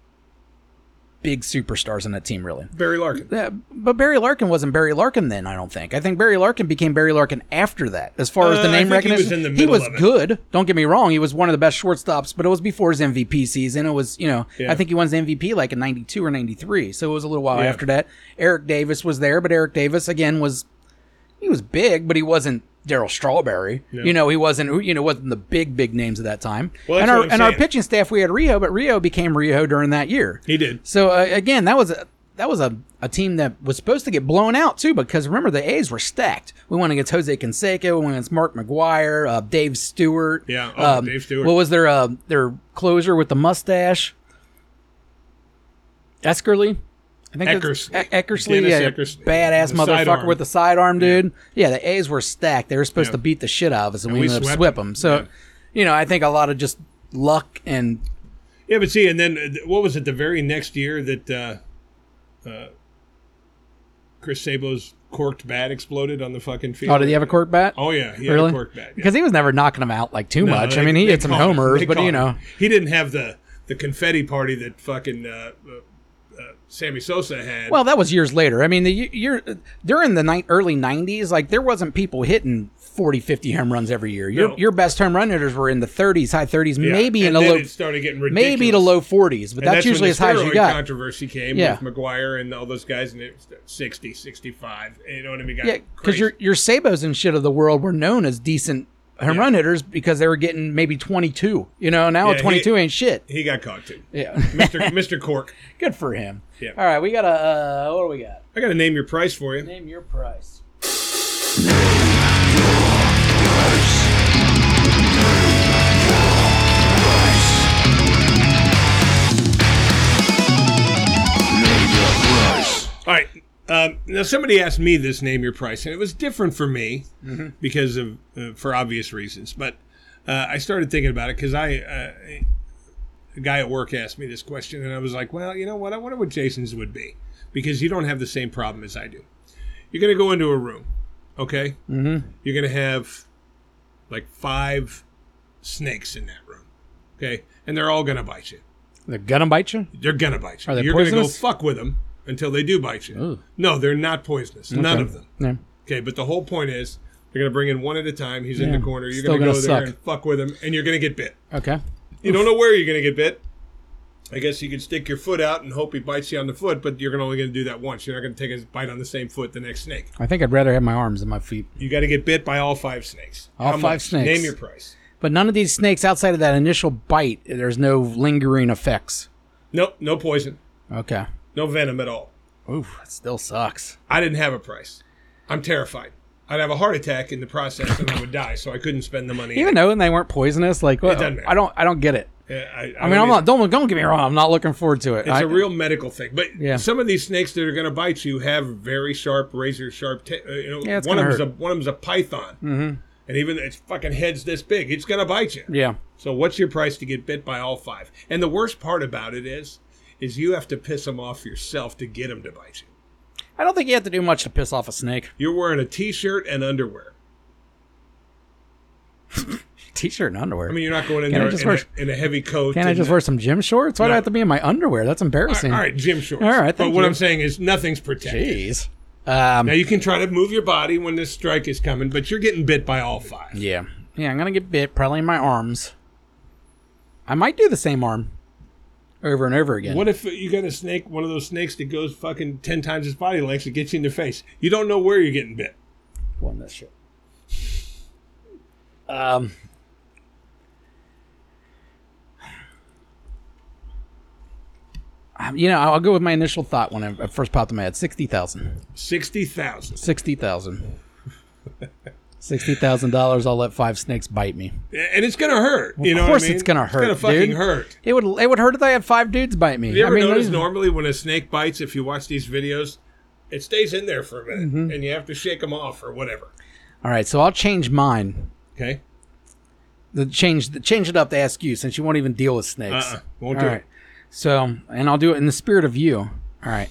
big superstars in that team, really. Barry Larkin. Yeah, uh, but Barry Larkin wasn't Barry Larkin then. I don't think. I think Barry Larkin became Barry Larkin after that. As far as Uh, the I name think he was recognition, in the middle was of it. good. Don't get me wrong; he was one of the best shortstops. But it was before his MVP season. It was, you know, Yeah. I think he won his MVP like in '92 or '93. So it was a little while Yeah. after that. Eric Davis was there, but Eric Davis again was he was big, but he wasn't Daryl Strawberry. You know, he wasn't you know wasn't the big big names at that time. Well, that's and our what I'm and our saying. pitching staff, we had Rio, but Rio became Rio during that year. He did. So uh, again, that was a that was a, a team that was supposed to get blown out too, because remember the A's were stacked. We went against Jose Canseco, we went against Mark McGuire, uh, Dave Stewart. Yeah, oh, Um, Dave Stewart. What was their uh, their closer with the mustache? Eskerly. I think that's- Eckersley. E- Eckersley, Dennis yeah, Eckersley. badass The motherfucker sidearm. with the sidearm, dude. Yeah. the A's were stacked. They were supposed Yeah. to beat the shit out of us, and, we, we ended up swept swept them. them. So, Yeah. you know, I think a lot of just luck and Yeah, but see, and then uh, th- what was it? The very next year that uh, uh, Chris Sabo's corked bat exploded on the fucking field. oh, did he have a cork bat? Oh yeah, he really? had a corked bat. yeah. Because he was never knocking them out like too No, much. they- I mean, he they hit some caught him. homers, They but caught you him. know, he didn't have the the confetti party that fucking uh, uh, uh, Sammy Sosa had. well, that was years later. I mean, the y- year during the ni- early '90s, like there wasn't people hitting 40, 50 home runs every year. Your No. your best home run hitters were in the 30s, high 30s, Yeah. maybe in and the then low, it started getting ridiculous. maybe to low 40s, but And that's, when usually the as high as you steroid got. Controversy came Yeah. with McGuire and all those guys, and it was 60, 65. You know what I mean? Got yeah, because crazy. your your Sabos and shit of the world were known as decent home run hitters because they were getting maybe 22. You know, now Yeah, he- 22 ain't shit. he got caught too. Yeah, Mr. Mr. Cork. good for him. Yeah. All right, we got a uh, what do we got? I got to name your price for you. Name your price. All right. Um, now somebody asked me this name your price, and it was different for me because of uh, for obvious reasons. But uh, I started thinking about it because I uh, a guy at work asked me this question, and I was like, well, you know what? I wonder what Jason's would be because you don't have the same problem as I do. You're going to go into a room, okay? Mm-hmm. You're going to have like five snakes in that room, okay? And they're all going to bite you. They're gonna bite you. They're gonna bite you. Are they You're gonna go poisonous? fuck with them until they do bite you. Ooh. No, they're not poisonous. None of them. Yeah. Okay, but the whole point is they're gonna bring in one at a time. He's in Yeah. the corner. You're Still gonna, go gonna there suck. and fuck with him, and you're gonna get bit. Okay. You don't know where you're gonna get bit. I guess you could stick your foot out and hope he bites you on the foot, but you're gonna- only gonna do that once. You're not gonna take a bite on the same foot the next snake. I think I'd rather have my arms than my feet. You got to get bit by all five snakes. All five snakes. Name your price. But none of these snakes outside of that initial bite, there's no lingering effects. Nope, no poison, Okay. no venom at all. Oof, that still sucks. I didn't have a price. I'm terrified. I'd have a heart attack in the process and I would die, so I couldn't spend the money. Even though they weren't poisonous, like what, doesn't matter. I don't I don't get it. Uh, I, I mean, I'm not don't don't get me wrong, I'm not looking forward to it. It's I- a real medical thing, but Yeah. some of these snakes that are going to bite you have very sharp, razor sharp. ta- uh, you know, Yeah, it's one of gonna them's a hurt. one of them's a python, mm-hmm. and even its fucking head's this big. It's going to bite you. Yeah. So what's your price to get bit by all five? And the worst part about it is, is you have to piss them off yourself to get them to bite you. I don't think you have to do much to piss off a snake. You're wearing a t-shirt and underwear. T shirt and underwear. I mean, you're not going in Can I there just in, wear- a, in a heavy coat. Can't I and just a- wear some gym shorts? Why do No. I have to be in my underwear? That's embarrassing. All right, gym shorts. All right, but thank what you. I'm saying is nothing's protected. Jeez. Um, Now you can try to move your body when this strike is coming, but you're getting bit by all five. Yeah. Yeah, I'm gonna get bit probably in my arms. I might do the same arm over and over again. What if you got a snake, one of those snakes that goes fucking ten times its body length and gets you in the face? You don't know where you're getting bit. won this shit? Um Um, you know, I'll go with my initial thought when I first popped in my head. 60,000. Sixty thousand. 60,000. $60,000, I'll let five snakes bite me. And it's gonna hurt. you know of course what I mean? it's gonna hurt, It's gonna fucking dude. hurt. It would it would hurt if I had five dudes bite me. You ever I mean, notice these- normally when a snake bites, if you watch these videos, it stays in there for a minute Mm-hmm. and you have to shake them off or whatever. All right, so I'll change mine. Okay? the change the, change it up to ask you since you won't even deal with snakes. Uh-uh. Won't Uh, All do right. So, and I'll do it in the spirit of you. All right.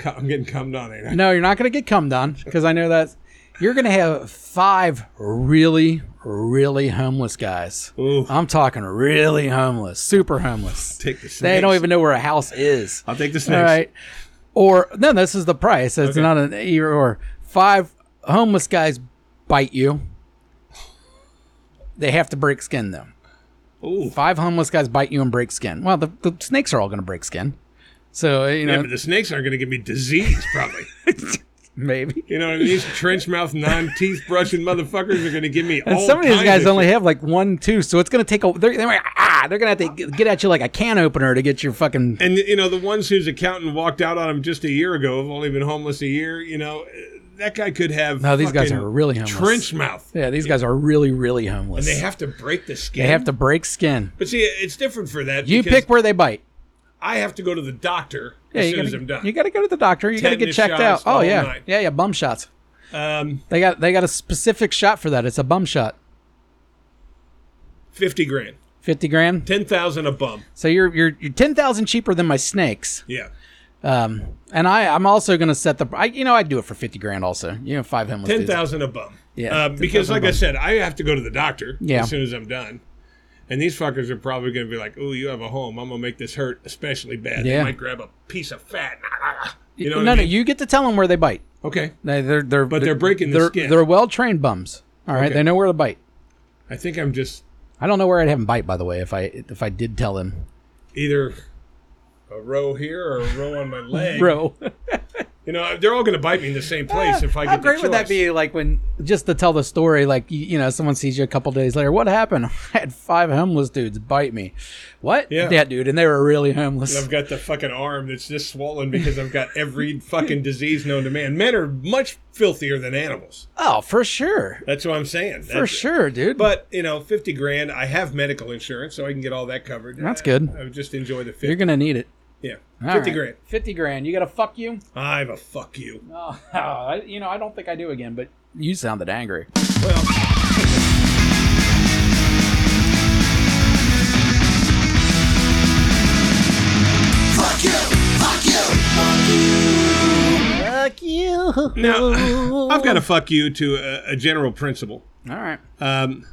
it. I'm getting cummed on, ain't I? No, you're not going to get cummed on because I know that You're gonna have five really, really homeless guys. Ooh. I'm talking really homeless, super homeless. Take the snakes. They don't even know where a house is. I'll take the snakes. All right. Or no, this is the price. It's Okay. not an either or. Five homeless guys bite you. They have to break skin though. Ooh. Five homeless guys bite you and break skin. Well, the, the snakes are all going to break skin. So you Yeah, know, but the snakes aren't going to give me disease, probably. maybe. you know what I mean? These trench mouth, non teeth brushing motherfuckers are going to give me And all some of these kinds guys of only shit. have like one, two, so it's gonna take a. They're, they're like, ah, they're gonna have to get- get at you like a can opener to get your fucking. And you know the ones whose accountant walked out on him just a year ago have only been homeless a year. You know that guy could have. No, Oh, these guys fucking are really homeless. trench mouth. yeah, these guys are really, really homeless. They have to break the skin. They have to break skin. But see, it's different for that. You because pick where they bite. I have to go to the doctor Yeah, as you soon as I'm gotta, done. you gotta go to the doctor. You gotta get Tetanus checked out. shots, the Oh whole yeah, nine. yeah, yeah. Bum shots. um, They got they got a specific shot for that. It's a bum shot. fifty grand, Fifty grand. ten thousand a bum. So you're you're you're ten thousand cheaper than my snakes. Yeah, Um, and I I'm also gonna set the. I you know I'd do it for fifty grand also. You know five homeless. ten dudes. thousand a bum. Yeah, Uh, 10,000 because a like I bum. said, I have to go to the doctor Yeah. as soon as I'm done. And these fuckers are probably going to be like, "Oh, you have a home. I'm going to make this hurt especially bad. Yeah. They might grab a piece of fat." You know no what I no mean? you get to tell them where they bite. Okay. They, they're they're but they're breaking the they're, skin. They're well trained bums. All right, Okay. they know where to bite. I think I'm just I don't know where I'd have them bite by the way. If I if I did tell them, either a row here or a row on my leg. bro. You know, they're all going to bite me in the same place if I get Ah, How great the would that choice. be? Like when just to tell the story, like you, you know, someone sees you a couple days later. What happened? I had five homeless dudes bite me. What? Yeah. dude, and they were really homeless. I've got the fucking arm that's just swollen because I've got every fucking disease known to man. Men are much filthier than animals. Oh, for sure, That's what I'm saying. for That's- sure, dude. But you know, fifty grand. I have medical insurance, so I can get all that covered. That's I- good. I would just enjoy the 50 you're gonna need it. Yeah, All fifty right. grand. Fifty grand. You gotta fuck you. I have a fuck you. Oh, I, you know, I don't think I do again. But you sounded angry. Well, Fuck you. All now I've got a fuck you to a, a general principle. right. um,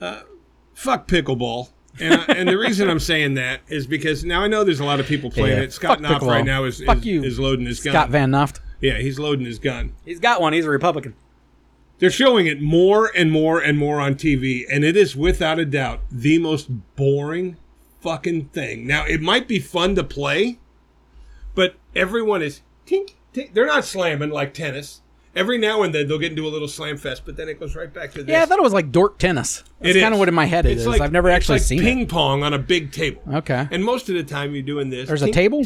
uh, fuck pickleball. And, I, and the reason I'm saying that is because now I know there's a lot of people playing Yeah. it. Fuck Scott Knopf pickleball. right now is Fuck is, you, is loading his Scott gun. Van Noft. yeah, he's loading his gun. He's got one. He's a Republican. They're showing it more and more and more on TV, and it is without a doubt the most boring fucking thing. Now it might be fun to play, but everyone is tink, tink. They're not slamming like tennis. Every now and then they'll get into a little slam fest, but then it goes right back to this. Yeah, I thought it was like dork tennis. That's It kind of is. what in my head it It's is. like- I've never it's actually like seen ping it. pong on a big table. Okay. And most of the time you're doing this. There's a table?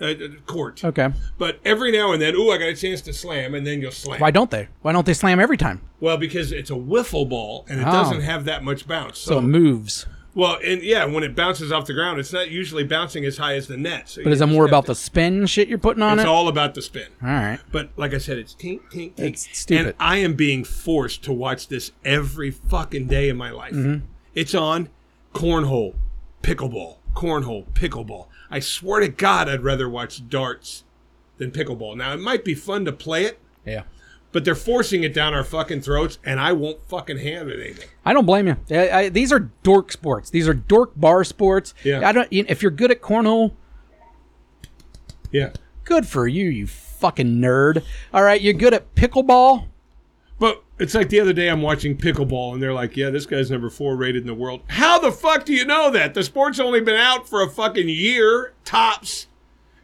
uh, uh, court. Okay. But every now and then, ooh, I got a chance to slam, and then you'll slam. Why don't they? Why don't they slam every time? Well, because it's a wiffle ball and it Oh. doesn't have that much bounce. So So, it moves. well, and yeah, when it bounces off the ground, it's not usually bouncing as high as the net. So But is it more about the spin shit you're putting on It's it? all about the spin. all right. But like I said, it's tink, tink, tink. It's stupid. And I am being forced to watch this every fucking day of my life. Mm-hmm. It's on cornhole, pickleball, cornhole, pickleball. I swear to God, I'd rather watch darts than pickleball. Now, it might be fun to play it, Yeah. but they're forcing it down our fucking throats, and I won't fucking have it anymore. I don't blame you. I, I, these are dork sports. These are dork bar sports. Yeah. I don't. You if you're good at cornhole, Yeah. good for you, you fucking nerd. All right. You're good at pickleball. But it's like the other day I'm watching pickleball and they're like, "Yeah, this guy's number 4 rated in the world." How the fuck do you know that? The sport's only been out for a fucking year tops.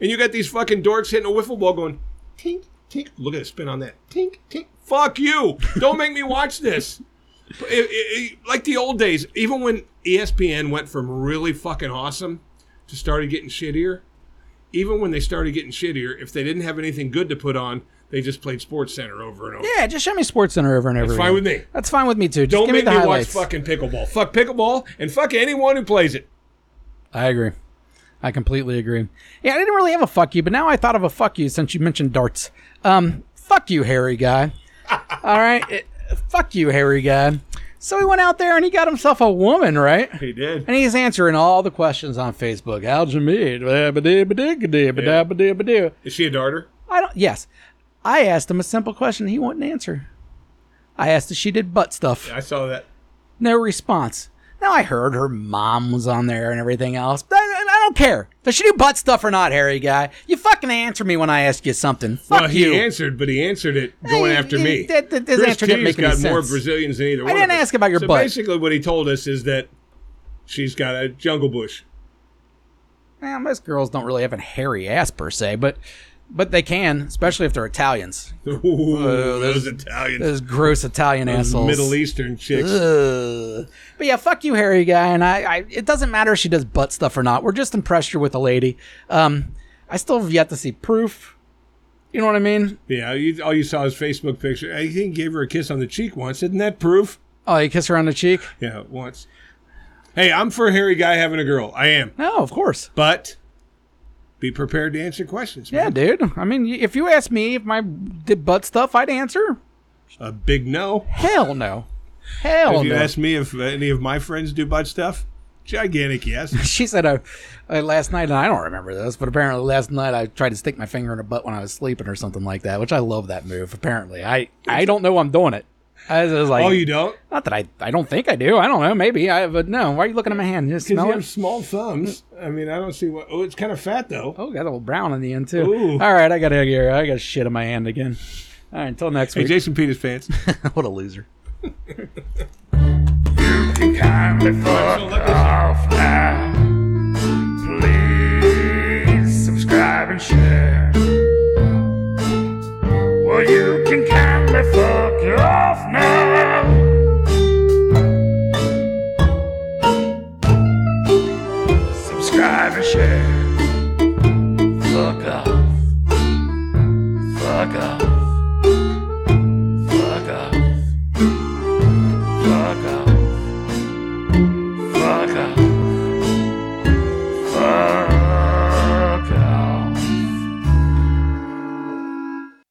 And you got these fucking dorks hitting a wiffle ball going, "Tink, tink. Look at the spin on that. Tink, tink. Fuck you. Don't make me watch this." It- it- it- like the old days, even when E ESPN went from really fucking awesome to started getting shittier, even when they started getting shittier, if they didn't have anything good to put on, they just played Sports Center over and over. Yeah. Just show me Sports Center over and over. Fine again. with me. That's fine with me too. Just Don't give me make the me watch highlights. fucking pickleball. Fuck pickleball and fuck anyone who plays it. I agree. I completely agree. Yeah, I didn't really have a fuck you, but now I thought of a fuck you since you mentioned darts. Um, fuck you, hairy guy. All right, it- fuck you, hairy guy. So he went out there and he got himself a woman, right? He did. And he's answering all the questions on Facebook. How'd you meet? I Is she a darter? don't. Yes, I asked him a simple question. He wouldn't answer. I asked if she did butt stuff. I saw that. No response. Now I heard her mom was on there and everything else, but I, I don't care. Does she do butt stuff or not, Harry guy? You fucking answer me when I ask you something. Fuck Well, Uh, he you. answered, but he answered it going Hey, after he- me. that- that- his Chris answer didn't make T's any got more sense. Brazilians than either one. of didn't us. ask about your so butt. Basically, what he told us is that she's got a jungle bush. Eh, most girls don't really have a hairy ass per se, but but they can, especially if they're Italians. Ooh, those Italians, Oh, Those gross Italian assholes. Middle Eastern chicks. Ugh. But yeah, fuck you, Harry guy. And I, I, it doesn't matter if she does butt stuff or not. We're just impressed you're with a lady. Um, I still have yet to see proof. You know what I mean? Yeah, you, all you saw is Facebook picture. I think he gave her a kiss on the cheek once. Isn't that proof? Oh, you kiss her on the cheek? Yeah, once. Hey, I'm for a hairy guy having a girl. I am, No, of course. but be prepared to answer questions. Yeah, Man. dude. I mean, y- if you asked me if my did butt stuff, I'd answer A big no. hell no, hell if you no. ask me if any of my friends do butt stuff, gigantic yes. she said uh, uh, last night, and I don't remember this, but apparently last night I tried to stick my finger in her butt when I was sleeping or something like that, which I love that move. Apparently, I I don't know I'm doing it. I was, I was like, oh, you don't? not that I I don't think I do. I don't know, maybe I but no. Why are you looking at my hand? You just Because smell you it. have small thumbs. I mean, I don't see what. Oh, it's kind of fat though. Oh, got a little brown in the end too. Ooh. All right, I got to here. I got shit in my hand again. All right, until next Hey, week. Jason Peters pants. what a loser. You can kindly fuck off now.